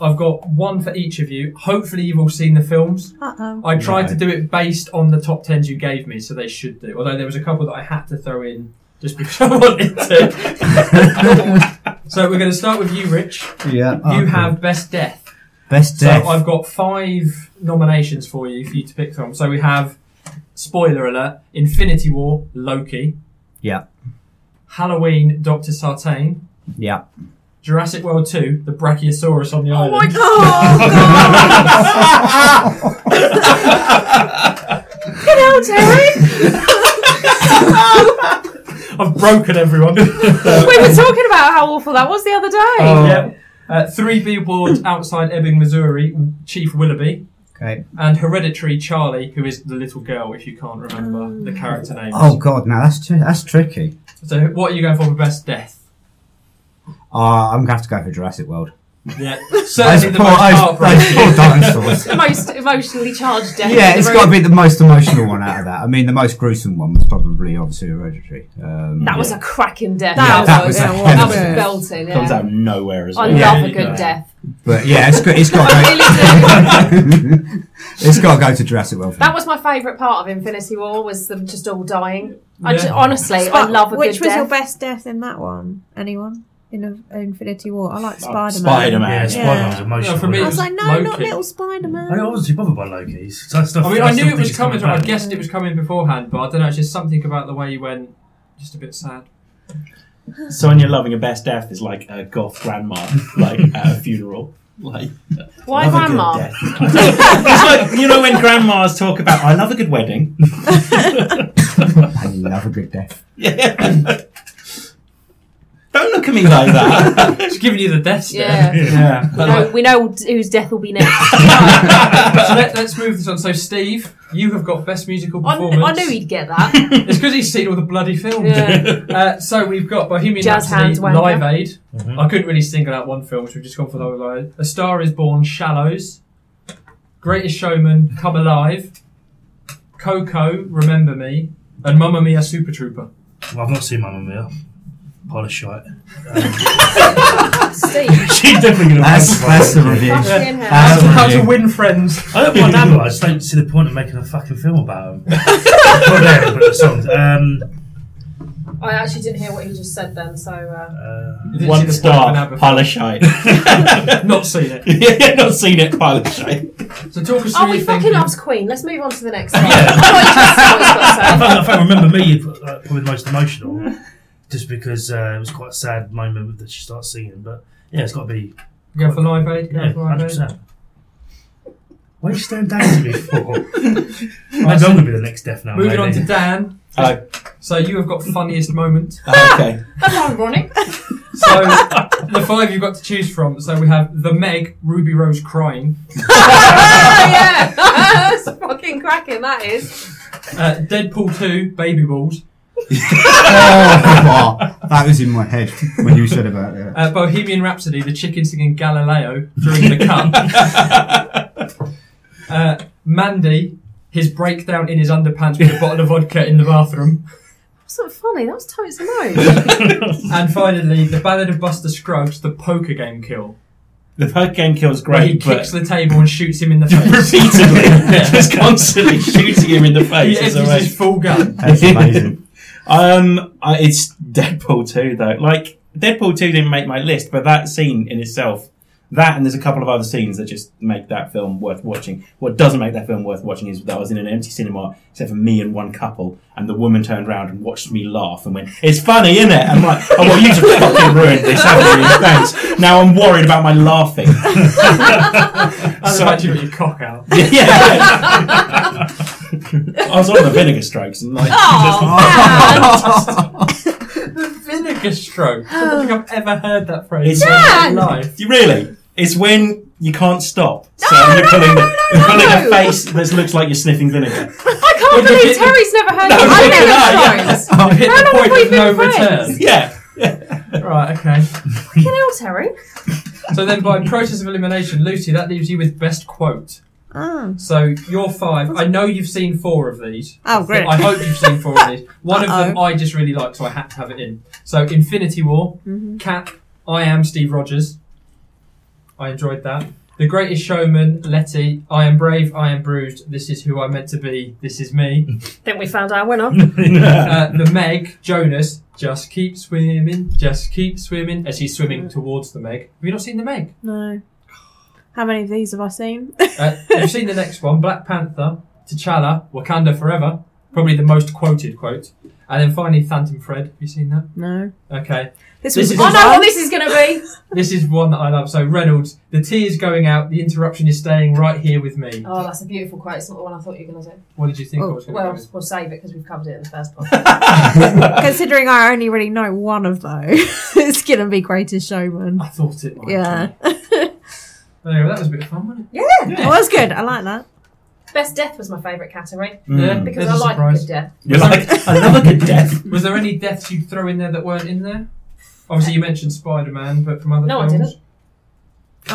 I've got one for each of you. Hopefully, you've all seen the films. Uh oh. I tried No. to do it based on the top tens you gave me, so they should do. Although there was a couple that I had to throw in just [LAUGHS] because I wanted to. so we're going to start with you, Rich. Yeah. You have best death. Oh, best So death. I've got five nominations for you for you to pick from. So we have spoiler alert: Infinity War, Loki. Yeah. Halloween, Doctor Sartain. yeah. Jurassic World 2, the Brachiosaurus on the Oh island. my god! Get out, Terry! I've broken everyone. [LAUGHS] We were talking about how awful that was the other day. yeah. Uh, three billboards outside Ebbing, Missouri, Chief Willoughby. Okay. And Hereditary Charlie, who is the little girl, if you can't remember the character names. Oh god, now that's tri- that's tricky. So what are you going for for best death? Uh, I'm gonna have to go for Jurassic World. Yeah. Certainly Those the poor- most those- heartbreaking. those poor dinosaurs. The most emotionally charged death. Yeah, in it's the got to be room. the most emotional one out of that. I mean, the most gruesome one was probably obviously Hereditary. Um, That was a cracking death. That, That that was, was that a was, hell of a- belting. Yeah. Comes out of nowhere as I well. Yeah, love a yeah. good death. But yeah, it's got, it's got I to really do. go. [LAUGHS] it's got to go to Jurassic World. for me. That was my favourite part of Infinity War was them just all dying. I Yeah. just, honestly, I Spi- love a Which good was death. your best death in that one? Anyone? In a, Infinity War? I like Oh, Spider Man. Spider-Man. Yeah, Yeah. Spider-Man was emotional. Yeah, for me- I was wasn't it? like, no, Loki. not little Spider I Man. wasn't too bothered by Loki's. So I, still, I mean, I, I still knew it think was it's coming. I back. guessed it was coming beforehand, but I don't know. It's just something about the way you went, just a bit sad. Sonia loving a best death is like a goth grandma, [LAUGHS] like at a funeral. Like Why love a good grandma? [LAUGHS] death. it's like you know when grandmas talk about I love a good wedding. [LAUGHS] I love a good death. Yeah. Don't look at me like that. It's giving you the death stare. Yeah. [LAUGHS] yeah. We know, we know whose death [LAUGHS] will be [LAUGHS] next. so let, us move this on. So Steve, you have got best musical I, performance. kn- I knew he'd get that. It's because he's seen all the bloody films. Yeah. Uh, so we've got Bohemian Jazz Rhapsody, hands, wanker. Live Aid. Mm-hmm. I couldn't really single out one film, so we've just gone for Live Aid. A Star Is Born, Shallows. Greatest Showman, Come Alive. Coco, Remember Me, and Mamma Mia, Super Trooper. Well, I've not seen [LAUGHS] Mamma Mia. Pile of shite. [LAUGHS] Steve. She's definitely going to That's that's the review. [LAUGHS] Fucking hell. Ah, That's the How to review. win friends. [LAUGHS] I don't mind Abba, I just don't see the point of making a fucking film about him. Not there, but the songs. Um, [LAUGHS] Um, I actually didn't hear what he just said then, so. Uh... uh, One star, pile of shite. [LAUGHS] Not seen it. yeah, not seen it, pile of shite. So talk us through Oh, we your fucking thinking. loves Queen. Let's move on to [LAUGHS] the next one. I thought I you just said what you was gonna say. found, I found Remember Me uh, probably the most emotional, just because uh, it was quite a sad moment that she starts singing. But yeah, it's got to be Go for Live Aid. Go yeah, for Live hundred Aid. percent. Why are you staring down at [LAUGHS] me for? Maybe I'm going to be the next death now. Moving maybe. on to Dan. Oh, So you have got funniest moment. [LAUGHS] okay. That's ironic. [LAUGHS] So the five you've got to choose from. So we have the Meg, Ruby Rose crying, Ah, yeah. [LAUGHS] That's fucking cracking, that is. uh, Deadpool two, Baby Balls, Oh, wow. that was in my head when you said about it. [LAUGHS] uh, Bohemian Rhapsody, the chicken singing Galileo during the [LAUGHS] cup, uh, Mandy, his breakdown in his underpants with a bottle of vodka in the bathroom, That's not funny. That was totes a [LAUGHS] no. and finally the Ballad of Buster Scruggs, the poker game kill, The poker game kill was where he great, but kicks [LAUGHS] the table and shoots him in the face. repeatedly, [LAUGHS] Yeah. [LAUGHS] just constantly shooting him in the He face. is empties amazing. [LAUGHS] his full gun. That's amazing. Um, I, it's Deadpool too, though. Like Deadpool two didn't make my list, but that scene in itself, that and there's a couple of other scenes that just make that film worth watching. What doesn't make that film worth watching is that I was in an empty cinema except for me and one couple, and the woman turned around and watched me laugh and went, "It's funny, isn't it?" I'm like, "Oh well, you just [LAUGHS] fucking ruined this, haven't you? Thanks." Now I'm worried about my laughing. That's So- so, actually got your cock [LAUGHS] out. [LAUGHS] yeah. I was on the vinegar strokes and like. [LAUGHS] Oh, Vinegar stroke. I don't think I've ever heard that phrase It's- in my life. You really? It's when you can't stop. So No, you're no, pulling, no, the, no, you're pulling no. a face that looks like you're sniffing [LAUGHS] vinegar. I can't Well, believe you- Terry's never heard No, of you- I've Oh, no, never strokes. You've hit How the long point have we of no been friends? return. [LAUGHS] Yeah. yeah. Right, okay. Fucking hell, Terry. So then, by process of elimination, Lucy, that leaves you with best quote. Oh. So you're five. I know you've seen four of these. Oh, great. I hope you've seen four of these. One of them Uh-oh. I just really liked, so I had to have it in. So Infinity War, Cap, I am Steve Rogers. I enjoyed that. The Greatest Showman, Letty. I am brave. I am bruised. This is who I'm meant to be. This is me. Think we found our winner. Uh, the Meg, Jonas. Just keep swimming. Just keep swimming. As he's swimming towards the Meg. Have you not seen the Meg? No. How many of these have I seen? [LAUGHS] Uh, you've seen the next one, Black Panther, T'Challa, Wakanda Forever, probably the most quoted quote. And then finally, Phantom Fred. Have you seen that? no. Okay. This This was is- I know one. Oh, what this is going to be. This is one that I love. So, Reynolds, the tea is going out, the interruption is staying right here with me. Oh, that's a beautiful quote. It's not the one I thought you were going to do. What did you think I Oh, was going to Well, do? we'll save it because we've covered it in the first part. Considering I only really know one of those, [LAUGHS] it's gonna be Greatest Showman. I thought it might. Yeah. [LAUGHS] be. Anyway, that was a bit of fun, wasn't it? It was good. I like that. Best death was my favourite category Yeah, Mm. because there's a I like a surprise. good death. You're [LAUGHS] like, another good [LAUGHS] death. Was there any deaths you throw in there that weren't in there? Obviously, you mentioned Spider Man, but from other No, I films. didn't.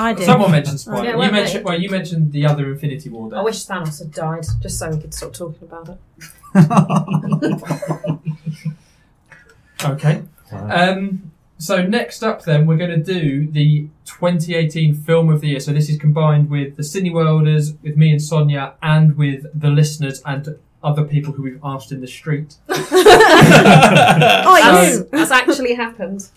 I did. Someone mentioned Spider [LAUGHS] Yeah, Man. you weren't mentioned, they? well, you mentioned the other Infinity War death. I wish Thanos had died just so we could stop talking about it. Okay. Wow. Um, so next up, then we're going to do the 2018 film of the year. So this is combined with the Cineworlders, with me and Sonia, and with the listeners and other people who we've asked in the street. [LAUGHS] oh, That's, yes. that's actually happened.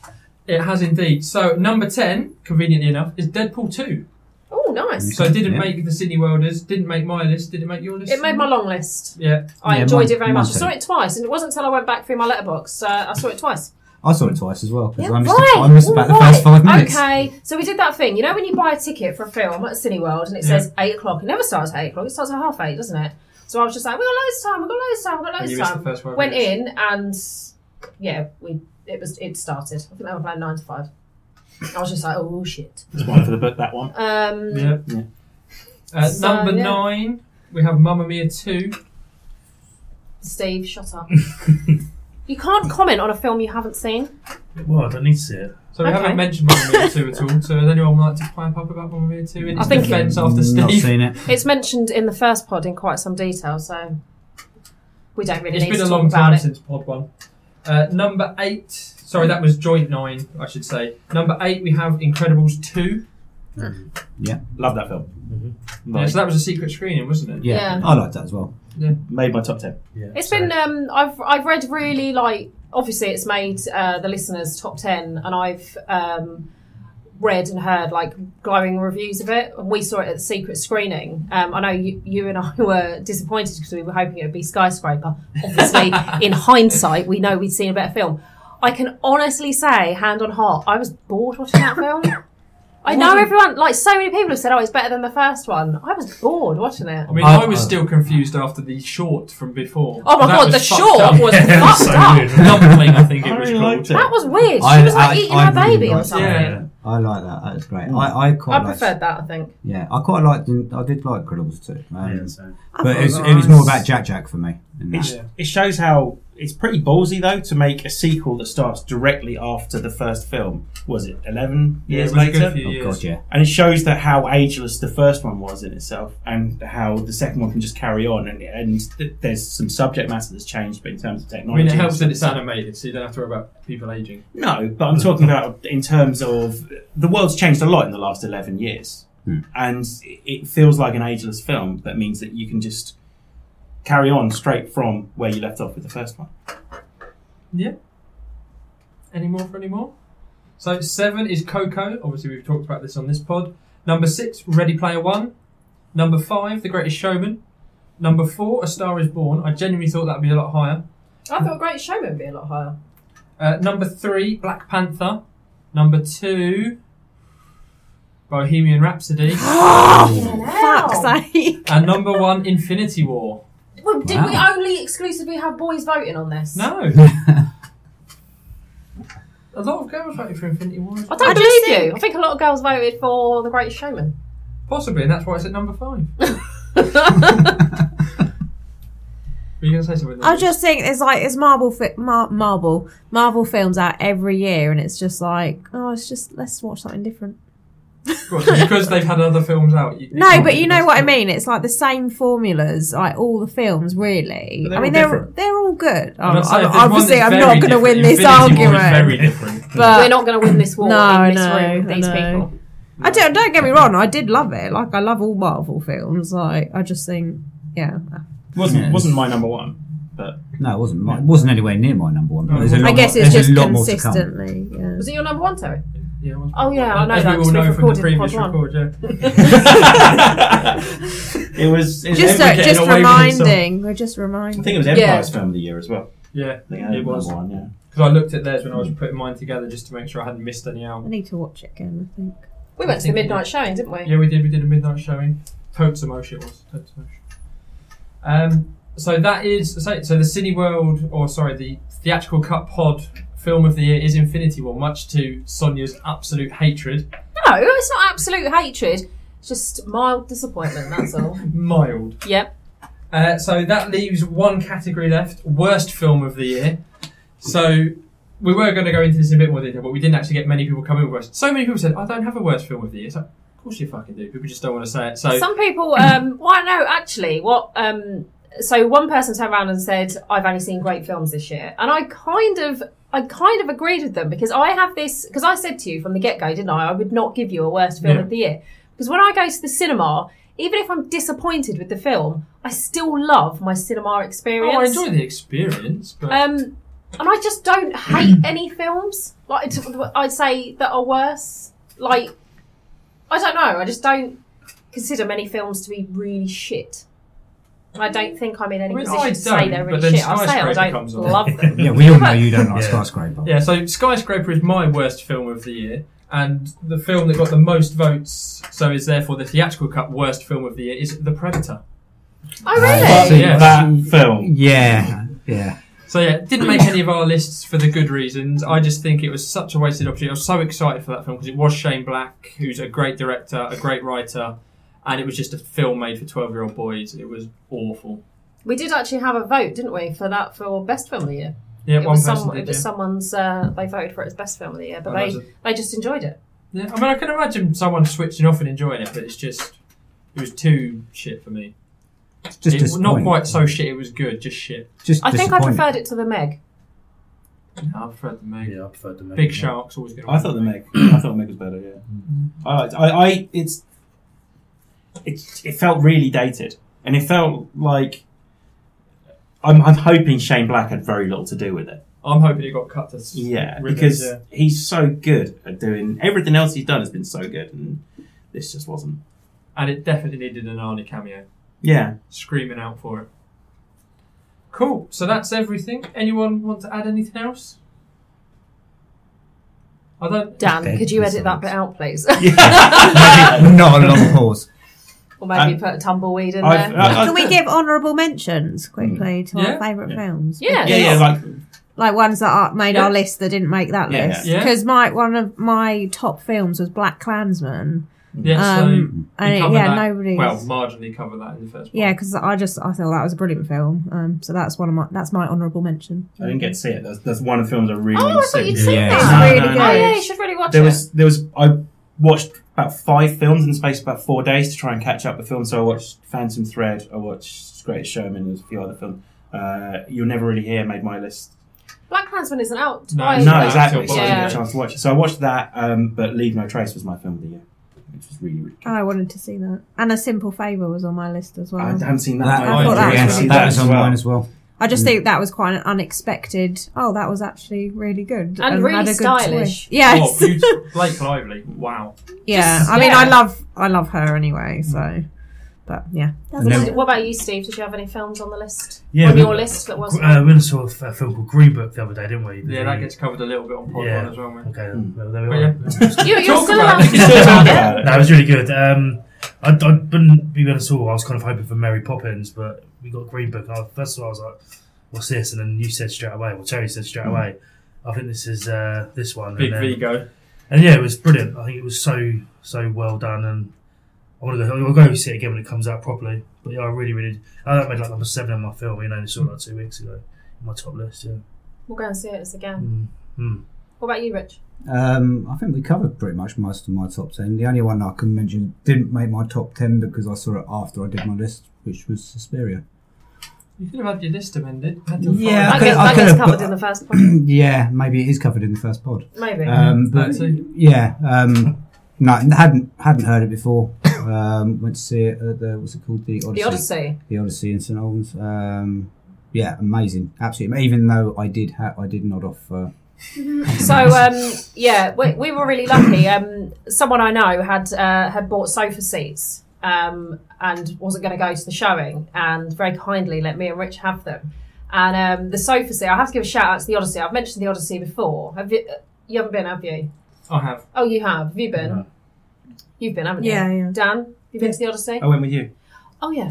It has indeed. So number 10, conveniently enough, is Deadpool 2. Oh, nice. So it didn't Yeah. make the Cineworlders, didn't make my list, didn't make your list. It made my long list. yeah. I Yeah, enjoyed mine- it very mine much. I too. saw it twice, and it wasn't until I went back through my letterbox. Uh, I saw it twice. [LAUGHS] I saw it twice as well because Yeah, I missed, Right, I missed about the all first right. five minutes. Okay, so we did that thing. You know when you buy a ticket for a film at Cineworld and it Yeah. says 8 o'clock? It never starts at 8 o'clock, it starts at half 8, doesn't it? So I was just like, we've got loads of time, we've got loads of time, we've got And loads you of missed time. the first one. Went in and, yeah, we it was it started. I think they were playing 9 to 5. I was just like, oh shit. That's one for the book, that one. Um, Yeah. Yeah. Uh, So, number yeah. 9, we have Mamma Mia 2. Steve, shut up. [LAUGHS] you can't comment on a film you haven't seen. Well, I don't need to see it. So we Okay. haven't mentioned Mamma Mia 2 at all. So has anyone like to pipe up about Mamma Mia 2 in I its think- defence after Not Steve? seen it. It's mentioned in the first pod in quite some detail, so we don't really It's need been to a talk long about time it. since Pod 1. Uh, number 8. Sorry, that was joint 9, I should say. Number 8, we have Incredibles 2. Love that film. Yeah, Like, so that was a secret screening, wasn't it? Yeah, Yeah. I liked that as well. made my top ten. Yeah, It's so- [LAUGHS] been um, I've I've read really like obviously it's made uh, the listeners top ten and I've um, read and heard like glowing reviews of it and we saw it at the secret screening. Um, I know you, you and [LAUGHS] I were disappointed because we were hoping it would be skyscraper. Obviously, in hindsight, we know we'd seen a better film. I can honestly say, hand on heart, I was bored watching that film. I know everyone, like so many people have said, oh, it's better than the first one. I was bored watching it. I mean, Uh, Oh, I was oh. still confused after the short from before. Oh my That god, was the fucked short up. [LAUGHS] was Yeah, it fucked was so up. weird. Numbling, I think it I was really called. liked it. That was weird. She I- was like I- eating I her really baby or liked it. something. Yeah. I like that. That was great. I, I quite I liked. preferred that, I think. Yeah, I quite liked. I did like Incredibles too. Um, Yeah, so. I But thought it was, alright. it was more about Jack Jack for me. than that. It's, It shows how it's pretty ballsy though to make a sequel that starts directly after the first film. Was it eleven Yeah, years it was a good later? few Oh years. god, yeah. and it shows that how ageless the first one was in itself and how the second one can just carry on and, and th- there's some subject matter that's changed but in terms of I mean, technology it helps that it's animated, so you don't have to worry about people aging. no but i'm talking about in terms of the world's changed a lot in the last 11 years Hmm. and it feels like an ageless film that means that you can just carry on straight from where you left off with the first one Any more for any more? So seven is Coco. Obviously, we've talked about this on this pod. Number six, Ready Player One. Number five, The Greatest Showman. Number four, A Star Is Born. I genuinely thought that'd be a lot higher. I thought Great Showman would be a lot higher. Uh, number three, Black Panther. Number two, Bohemian Rhapsody. Oh. Fuck's sake. and number one, Infinity War. Well, did we Wow. only exclusively have boys voting on this? No. [LAUGHS] A lot of girls voted for Infinity War. I don't I just believe you. think- I think a lot of girls voted for The Greatest [LAUGHS] Showman. Possibly, and that's why it's at number five. Were you going to say something? I just think it's like it's Marvel, fi- Mar- Marvel, Marvel films out every year, and it's just like, oh, it's just let's watch something different. Well, so because [LAUGHS] they've had other films out. you- [LAUGHS] No, can't but you know just- what I mean. It's like the same formulas, like all the films, really. But they're I all mean, they're different. they're all good. I'm I'm, not saying I'm- if there's one obviously, that's I'm very not going to win different, this Infinity War is argument, very different. but We're not going to win this war No, in this no, room with these no. people. I don't don't get me wrong. I did love it. Like I love all Marvel films. Like I just think, yeah. Wasn't Yeah. wasn't my number one, but No, it wasn't. My, it wasn't anywhere near my number one. But there's a I I lot guess more, it's there's just a lot more to come. consistently. Yeah. Was it your number one, Terry? Yeah, well, Oh, yeah, I know as we that, all 'cause know we've from the recorded previous pod one. record, yeah. it was it was Just everyone uh, getting just away with itself. reminding. We're just I reminding. think it was Empire's film of the year as well. [LAUGHS] Yeah, I think I it was. number one. Yeah. Because I looked at theirs when I was putting mine together just to make sure I hadn't missed any out. I need to watch it again. [LAUGHS] I think. We went to the think- midnight showing, didn't we? Yeah, we did. We did a midnight showing. Totemo shit was Totemo. Um, so that is so, so the Cineworld or sorry the theatrical cut pod film of the year is Infinity War, much to Sonia's absolute hatred. No, it's not absolute hatred. It's just mild disappointment. That's all. [LAUGHS] Mild. yep. Uh, so that leaves one category left: worst film of the year. So we were going to go into this in a bit more detail, but we didn't actually get many people coming with us. So many people said, "I don't have a worst film of the year." So of course you fucking do. People just don't want to say it. So Some people. Um, [CLEARS THROAT] well, no, actually, what? Um, so one person turned around and said, "I've only seen great films this year," and I kind of. I kind of agreed with them because I have this because I said to you from the get go, didn't I? I would not give you a worst film Yeah. of the year because when I go to the cinema, even if I'm disappointed with the film, I still love my cinema experience. oh, I enjoy the experience, but Um, and I just don't hate any films. Like it's- I'd say that are worse. Like I don't know. I just don't consider many films to be really shit. And I don't think I'm in any I mean, position I to say don't, they're but really then shit. I say I Skyscraper don't comes on. [LAUGHS] love them. Yeah, we all know you don't like Yeah. skyscraper. Yeah, so Skyscraper is my worst film of the year, and the film that got the most votes, so is therefore the theatrical cut worst film of the year, is The Predator. oh Right. really? See, Yeah. That film. Yeah, yeah. So yeah, didn't make any of our lists for the good reasons. I just think it was such a wasted opportunity. I was so excited for that film because it was Shane Black, who's a great director, a great writer, and it was just a film made for twelve-year-old boys. It was awful. We did actually have a vote, didn't we, for that for best film of the year? Yeah, it one was person some, did. it was yeah. someone's. Uh, they voted for it as best film of the year, but Oh, they was it? they just enjoyed it. yeah, I mean, I can imagine someone switching off and enjoying it, but it's just it was too shit for me. It's just It- not disappointing. quite so shit. It was good, just shit. Just I think I disappointing. preferred it to the Meg. I prefer the Meg. Yeah, I preferred the Big Shark's always going to I thought the Meg. I thought the Meg was better. Mm-hmm. Yeah. I liked. I. I it's. It, it felt really dated, and it felt like. I'm, I'm hoping Shane Black had very little to do with it. I'm hoping it got cut to s- Yeah, ribbons, because yeah. he's so good at doing everything else he's done has been so good, and this just wasn't. and it definitely needed an Arnie cameo, [LAUGHS] Yeah, screaming out for it. Cool. So that's everything. Anyone want to add anything else? I don't. Dan, Beg could you for edit that silence. bit out, please? [LAUGHS] Not a long pause. [LAUGHS] or maybe Um, put a tumbleweed in I've- there. I- I- Can we give honourable mentions quickly to Yeah. our favourite Yeah. films? Yeah. yeah, yeah. Like like ones that are, made Yeah. our list that didn't make that Yeah, list. yeah. Yeah. Because my one of my top films was Black Klansman, Yeah. So um, we and it, covered yeah, that- nobody's. Well, marginally cover that in the first. Part. yeah, because I just I thought that was a brilliant film. Um, so that's one of my that's my honourable mention. I didn't get to see it. That's, that's one of the films I really. Oh, I want to thought see. you'd seen Yeah. that. No, really no, good. no. Oh yeah, you should really watch There it. was there was I watched about five films in the space of about four days to try and catch up with films. So I watched Phantom Thread, I watched Greatest Showman, there's a few other films. Uh, You'll Never Really Hear made my list. Black Klansman isn't out. No, I- it's no, not. exactly. So I didn't Yeah. get a chance to watch it. So I watched that, um, but Leave No Trace was my film of the year, which was really really. Good. I wanted to see that, and A Simple Favour was on my list as well. I haven't seen that. That, I I haven't thought that seen was yeah, really that, good. was as on well. mine as well. I just think that was quite an unexpected. Oh, that was actually really good And really had a good stylish. twist. Yes, Oh, beautiful. Blake Lively. Wow. yeah. Just- I mean, yeah. I love I love her anyway. So, but yeah, And then- What about you, Steve? Did you have any films on the list? Yeah, on we- your list that wasn't. Uh, we saw a f- a film called Green Book the other day, didn't we? Yeah, that gets covered a little bit on pod Mm. Yeah. one as well, man. Okay, well, there we But are. yeah. you, you're Talk still about allowed it. to talk about it. [LAUGHS] Uh, No, it was really good. Um, I, I wouldn't be honest at all. I was kind of hoping for Mary Poppins, but we got Green Book. And I, first of all, I was like, "What's this?" And then you said straight away. Well, Terry said straight away. I think this is uh, this one. Big and, then- Vigo. and yeah, it was brilliant. I think it was so so well done, and I want to go. I'll go see it again when it comes out properly. But yeah, I really, really. I that made like number seven on my film. You know, and saw it like two weeks ago. in My top list, yeah. We'll go and see it again. Mm. Mm. What about you, Rich? Um, I think we covered pretty much most of my top ten. The only one I can mention didn't make my top ten because I saw it after I did my list, which was Suspiria. You could have had your list amended. Had your file. Yeah, I That could- gets, I that could gets have covered put- in the first [CLEARS THROAT] point. yeah, maybe it is covered in the first pod. Maybe. Um, but Fancy. yeah, um, no, hadn't hadn't heard it before. Um, went to see it at the what's it called the Odyssey, the Odyssey. The Odyssey in St Albans. Um, yeah, amazing, absolutely. Even though I did ha- I did nod off. Uh, So um, yeah, we, we were really lucky. Um, someone I know had uh, had bought sofa seats um, and wasn't going to go to the showing, and very kindly let me and Rich have them. And um, the sofa seat, I have to give a shout out to the Odyssey. I've mentioned the Odyssey before. Have you? uh, You haven't been, have you? I have. Oh, you have. Have you been? No. You've been, haven't yeah, you? yeah. Dan, you been to the Odyssey? I went with [LAUGHS] you. Oh yeah.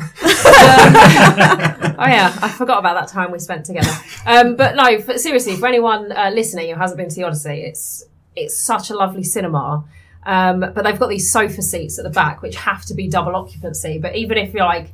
Um, oh yeah, I forgot about that time we spent together. Um, but no, for, seriously, for anyone uh, listening who hasn't been to the Odyssey, it's it's such a lovely cinema. Um, but they've got these sofa seats at the back which have to be double occupancy. But even if you're like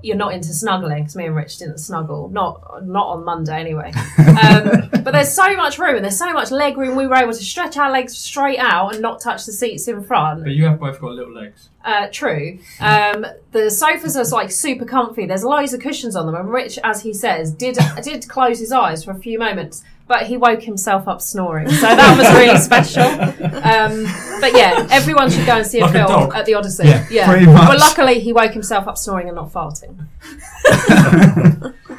you're not into snuggling, because me and Rich didn't snuggle, not not on Monday anyway. Um, but there's so much room and there's so much leg room. We were able to stretch our legs straight out and not touch the seats in front. But you have both got little legs. Uh, true. Um, the sofas are like super comfy. There's loads of cushions on them, and Rich, as he says, did [LAUGHS] did close his eyes for a few moments, but he woke himself up snoring. So that was really special. Um, but yeah, everyone should go and see a Like a film dog. at the Odyssey. Yeah, pretty much. Well, luckily he woke himself up snoring and not farting.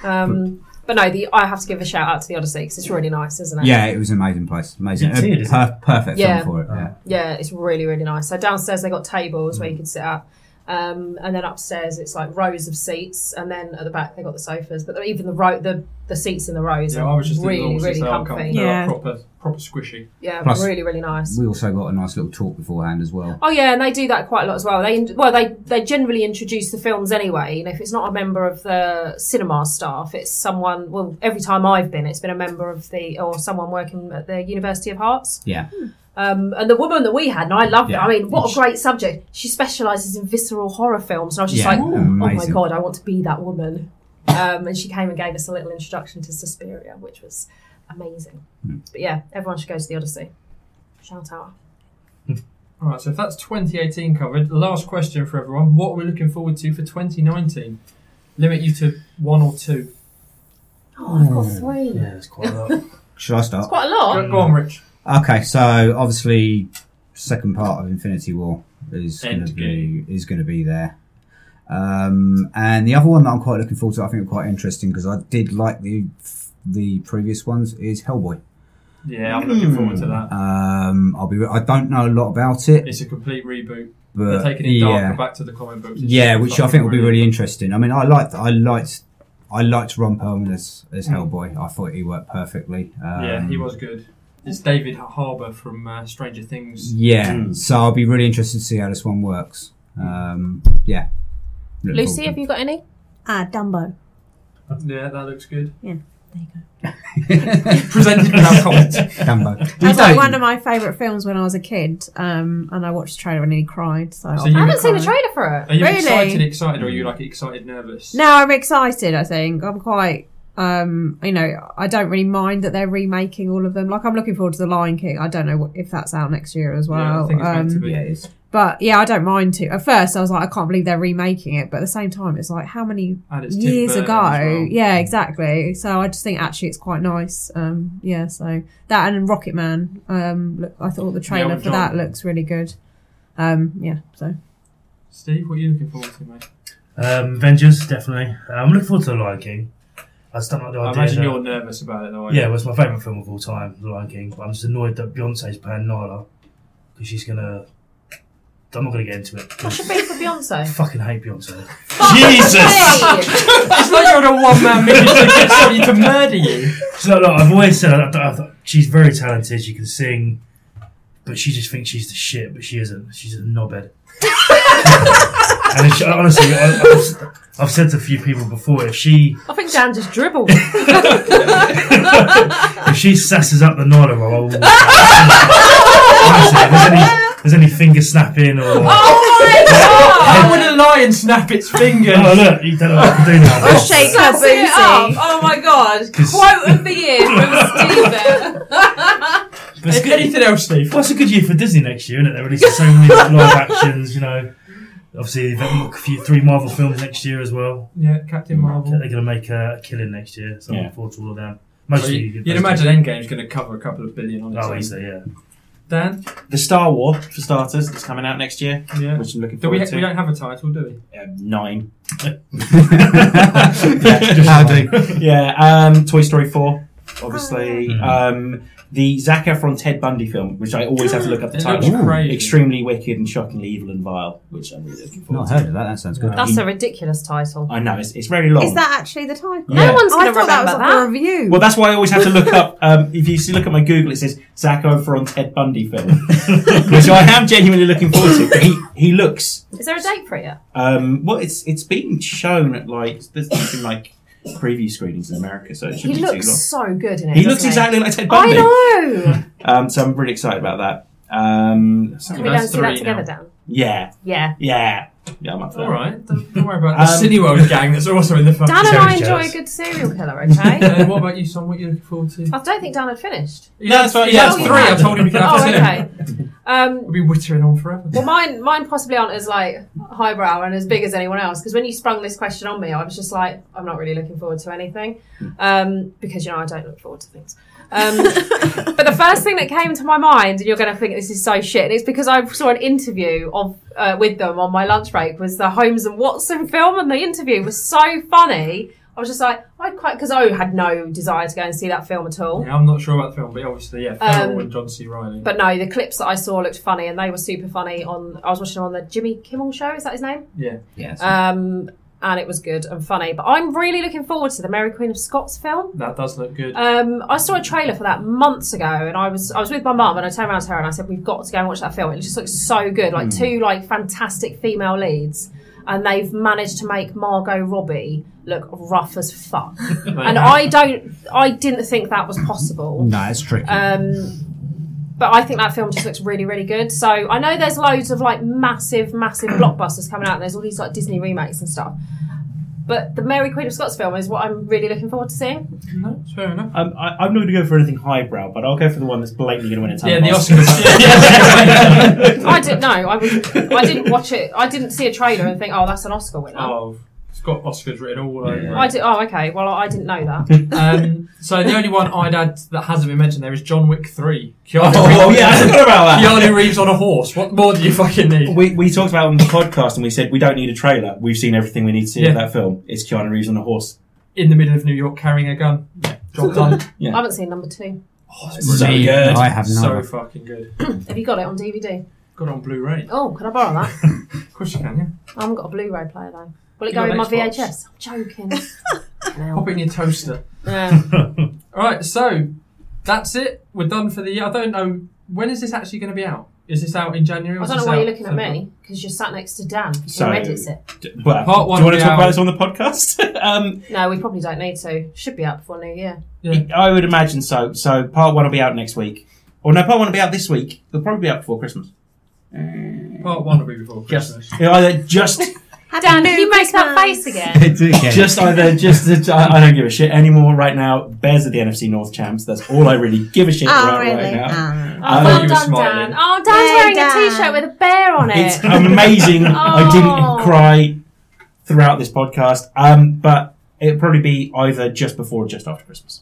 Um, but no, the, I have to give a shout out to the Odyssey because it's really nice, isn't it? yeah, it was an amazing place, amazing, Is it tiered, is it? per- perfect Yeah. film for it. Yeah. Yeah, it's really, really nice. So downstairs they got tables where you Mm. could sit at. Um, and then upstairs it's like rows of seats, and then at the back they got the sofas. But even the row, the, the seats in the rows Yeah, are I was just really, in the really so I'll comfy. come. Yeah, They're Yeah. proper, proper squishy. Plus- really, really nice. We also got a nice little talk beforehand as well. Oh yeah, and they do that quite a lot as well. They well, they they generally introduce the films anyway. You know, if it's not a member of the cinema staff, it's someone. Well, every time I've been, it's been a member of the or someone working at the University of Hearts. Yeah. Um, and the woman that we had, and I loved Yeah. it. I mean, what a great subject. She specialises in visceral horror films, and I was just Yeah, like, oh my amazing. god, I want to be that woman. Um, and she came and gave us a little introduction to Suspiria, which was amazing. Hmm. But yeah, everyone should go to the Odyssey. Shout out. All right, so if that's 2018 covered, last question for everyone. What are we looking forward to for 2019? Limit you to one or two. Oh, I've got three. Yeah, it's quite a lot. Should I start? It's quite a lot. Go, go on, Rich. Okay, so obviously, second part of Infinity War is going to be Endgame. is going to be there, um, and the other one that I'm quite looking forward to, I think, quite interesting because I did like the the previous ones is Hellboy. Yeah, I'm looking forward to that. Um, I'll be I don't know a lot about it, It's a complete reboot. They're but taking it dark yeah, and back to the comic books. It's yeah, fucking which I think will be brilliant. really interesting. I mean, I liked I liked I liked Ron Perlman as as Hellboy. I thought he worked perfectly. Um, Mm. yeah, he was good. It's David Harbour from uh, Stranger Things. Yeah, Mm. so I'll be really interested to see how this one works. Um, yeah. Looking Lucy, have forward you got any? Ah, Dumbo. Yeah, that looks good. There you go. Presented without comment. to it. [LAUGHS] Dumbo. That's You like don't- one of my favourite films when I was a kid, um, and I watched the trailer and nearly cried. So, So I you- I haven't seen the trailer can't- for it. Are you Really? excited, excited, or are you like excited, nervous? No, I'm excited. I think I'm quite. Um, you know, I don't really mind that they're remaking all of them. Like, I'm looking forward to the Lion King. I don't know what, if that's out next year as well. Yeah, I think it's meant Um, to be. [LAUGHS] yeah, [LAUGHS] [LAUGHS] it's, But yeah, I don't mind to. At first, I was like, I can't believe they're remaking it. But at the same time, it's like, how many And it's Tim years Burton ago? as well. Yeah, exactly. So I just think actually it's quite nice. Um, yeah, so that and Rocket Man. Um, look, I thought the trailer Elton for that John. looks really good. Um, yeah, so Steve, what are you looking forward to, mate? Um, Avengers, definitely. Uh, I'm looking forward to The Lion King. I just don't like the I idea. imagine that- you're nervous about it, though. aren't you? Yeah, well, it's my favourite film of all time, The Lion King. But I'm just annoyed that Beyonce's playing Nala because she's gonna. I'm not gonna get into it. What's 'cause your beef with I Beyonce? fucking hate Beyonce. Jesus! It's like you're in a one [LAUGHS] man mission to get somebody to murder you. So look, I've always said I, I, I, she's very talented. She can sing, but she just thinks she's the shit. But she isn't. She's a knobhead. and if she, honestly, I, I've, I've said to a few people before, if she I think Dan just dribbled. if she sasses up the Nala roll, I will- honestly, if there's any, if there's any finger snapping or. Oh. Oh How would a lion snap its fingers? Oh look, you don't know what I can do Oh, now. Or shake her Sassing it up. booty. Oh my god. Cause- Quote of the year from But it's good- Anything else, Steve? Well, it's a good year for Disney next year, isn't it? They're releasing [LAUGHS] so many live actions, you know. Obviously, they've got a few, three Marvel films next year as well. Yeah, Captain They're Marvel. going to make uh, a killing next year, so I'm Yeah. looking forward to all of them. So Mostly, you, would imagine Endgame's going to cover a couple of billion on its Oh, own. easily, yeah. Dan? The Star War, for starters, that's coming out next year, Yeah. which I'm looking Do we, forward we to. don't have a title, do we? Uh, nine. How do? yeah, um, Toy Story 4, Oh, obviously. Mm. Um, the Zac Efron Ted Bundy film, which I always have to look up the [GASPS] It looks title. Ooh. crazy. Extremely wicked and shockingly evil and vile, which I'm really looking forward Not to. heard of that. That sounds good. That's a ridiculous title. I know, it's, it's very long. Is that actually the title? No Yeah. one's gonna Oh, I thought that was remember up for that. review. Well, that's why I always have to look up. Um, if you see, look at my Google, it says Zac Efron Ted Bundy film, which I am genuinely looking forward to. But he he looks Is there a date for it yet? um, well. It's it's being shown at like there's something like preview screenings in America, so it He shouldn't be looks too long. so good in it. He doesn't looks exactly like Ted I Bundy, know. um, so I'm really excited about that. Um, Can so- we go That's and see that three together, now. Dan? yeah, Yeah. yeah, yeah. I'm up for that. All right. Don't, don't worry [LAUGHS] about the Um, Cineworld gang that's also in the fucking Dan and I Terry's enjoy a jealous. good serial killer, [LAUGHS] okay? Uh, what about you, son? What are you looking forward to? I don't think Dan had finished. You No, had- that's fine, you yeah, had that's fine. three. I told him you could have Oh, two. okay. Um, We'll be wittering on forever. Well, mine, mine possibly aren't as like highbrow and as big as anyone else because when you sprung this question on me, I was just like, I'm not really looking forward to anything um, because you know I don't look forward to things. Um, [LAUGHS] but the first thing that came to my mind, and you're going to think this is so shit, and it's because I saw an interview of uh, with them on my lunch break was the Holmes and Watson film, and the interview was so funny. I was just like, I quite because I had no desire to go and see that film at all. Yeah, I'm not sure about the film, but obviously, yeah, Ferrell Um, and John C. Riley. But no, the clips that I saw looked funny, and they were super funny. On I was watching on the Jimmy Kimmel show. Is that his name? Yes. Um, and it was good and funny. But I'm really looking forward to the Mary Queen of Scots film. that does look good. Um, I saw a trailer for that months ago, and I was I was with my mum, and I turned around to her and I said, "We've got to go and watch that film. It just looks so good. Like two like fantastic female leads." And they've managed to make Margot Robbie look rough as fuck. and I don't, I didn't think that was possible. no, it's tricky. Um, but I think that film just looks really, really good. So I know there's loads of like massive, massive blockbusters coming out. And there's all these like Disney remakes and stuff. But the Mary Queen of Scots film is what I'm really looking forward to seeing. No, it's fair enough. Um, I, I'm not going to go for anything highbrow, but I'll go for the one that's blatantly going to win a ton Yeah, of the [LAUGHS] Oscars. [LAUGHS] I didn't know. I was. I didn't watch it. I didn't see a trailer and think, oh, that's an Oscar winner. Oh, it's got Oscars written all over Yeah. it. I did. Oh, okay. Well, I didn't know that. Um, so the only one I'd add that hasn't been mentioned there is John Wick Three. Keanu, Oh Reeves, yeah, I forgot about that. Keanu Reeves on a horse. What more do you fucking need? We, we talked about it on the podcast and we said we don't need a trailer. We've seen everything we need to see Yeah. of that film. It's Keanu Reeves on a horse. In the middle of New York, carrying a gun. Drop [LAUGHS] gun. I haven't seen number two. So good. I have Oh, so no. fucking good. Have you got it on DVD? Got on Blu-ray. Oh, can I borrow that? Of course you can. Yeah. I haven't got a Blu-ray player though. Will it You go got in my an Xbox? VHS? [LAUGHS] I'm joking. Pop it in your toaster. Yeah. [LAUGHS] All right. So that's it. We're done for the year. I don't know when is this actually going to be out. Is this out in January? or I is don't know this why you're out looking at February? me because you're sat next to Dan who So- edits it. D- Well, Part one do you want of to the talk hour. about this on the podcast? [LAUGHS] um, No, we probably don't need to. Should be out before New Year. Yeah. I would imagine so. So part one will be out next week. Or no, part one will be out this week. It'll probably be out before Christmas. Eh. Part one will be before Just, Christmas. you know, either just, Happy Dan, New can you make that Christmas. face [LAUGHS] [LAUGHS] again? just either, just. I I don't give a shit anymore right now. Bears are the NFC North champs. That's all I really give a shit Oh, about right really? now. Oh, I thought well you were done, smiling. Dan. Oh, Dan's Yay, wearing a Dan. t-shirt with a bear on it. It's [LAUGHS] amazing. I Oh. didn't cry throughout this podcast, um, but it'll probably be either just before or just after Christmas.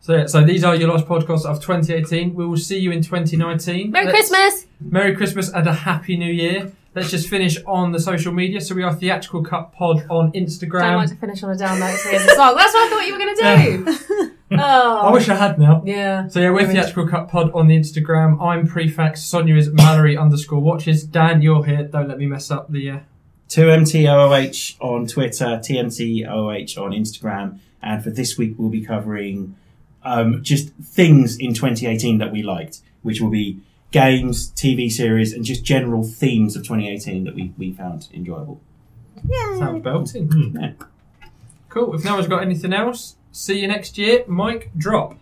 So yeah, so these are your last podcasts of 2018. We will see you in 2019. Merry Let's- Christmas. Merry Christmas and a Happy New Year. Let's just finish on the social media. So we are Theatrical Cut Pod on Don't like Instagram. to finish on a down note. So here's a song. That's what I thought you were going [LAUGHS] [LAUGHS] Ah. to do. oh, I wish I had now. yeah. So yeah, we're Theatrical Cut Pod on the Instagram. I'm Prefax. Sonia is Mallory underscore watches. Dan, you're here. Don't let me mess up the. Uh, Two MTOOH on Twitter, TMTOOH on Instagram, and for this week we'll be covering um, just things in 2018 that we liked, which will be games, TV series, and just general themes of 2018 that we, we found enjoyable. sounds belting. Yeah. Cool. If no one's got anything else, see you next year. Mike, drop.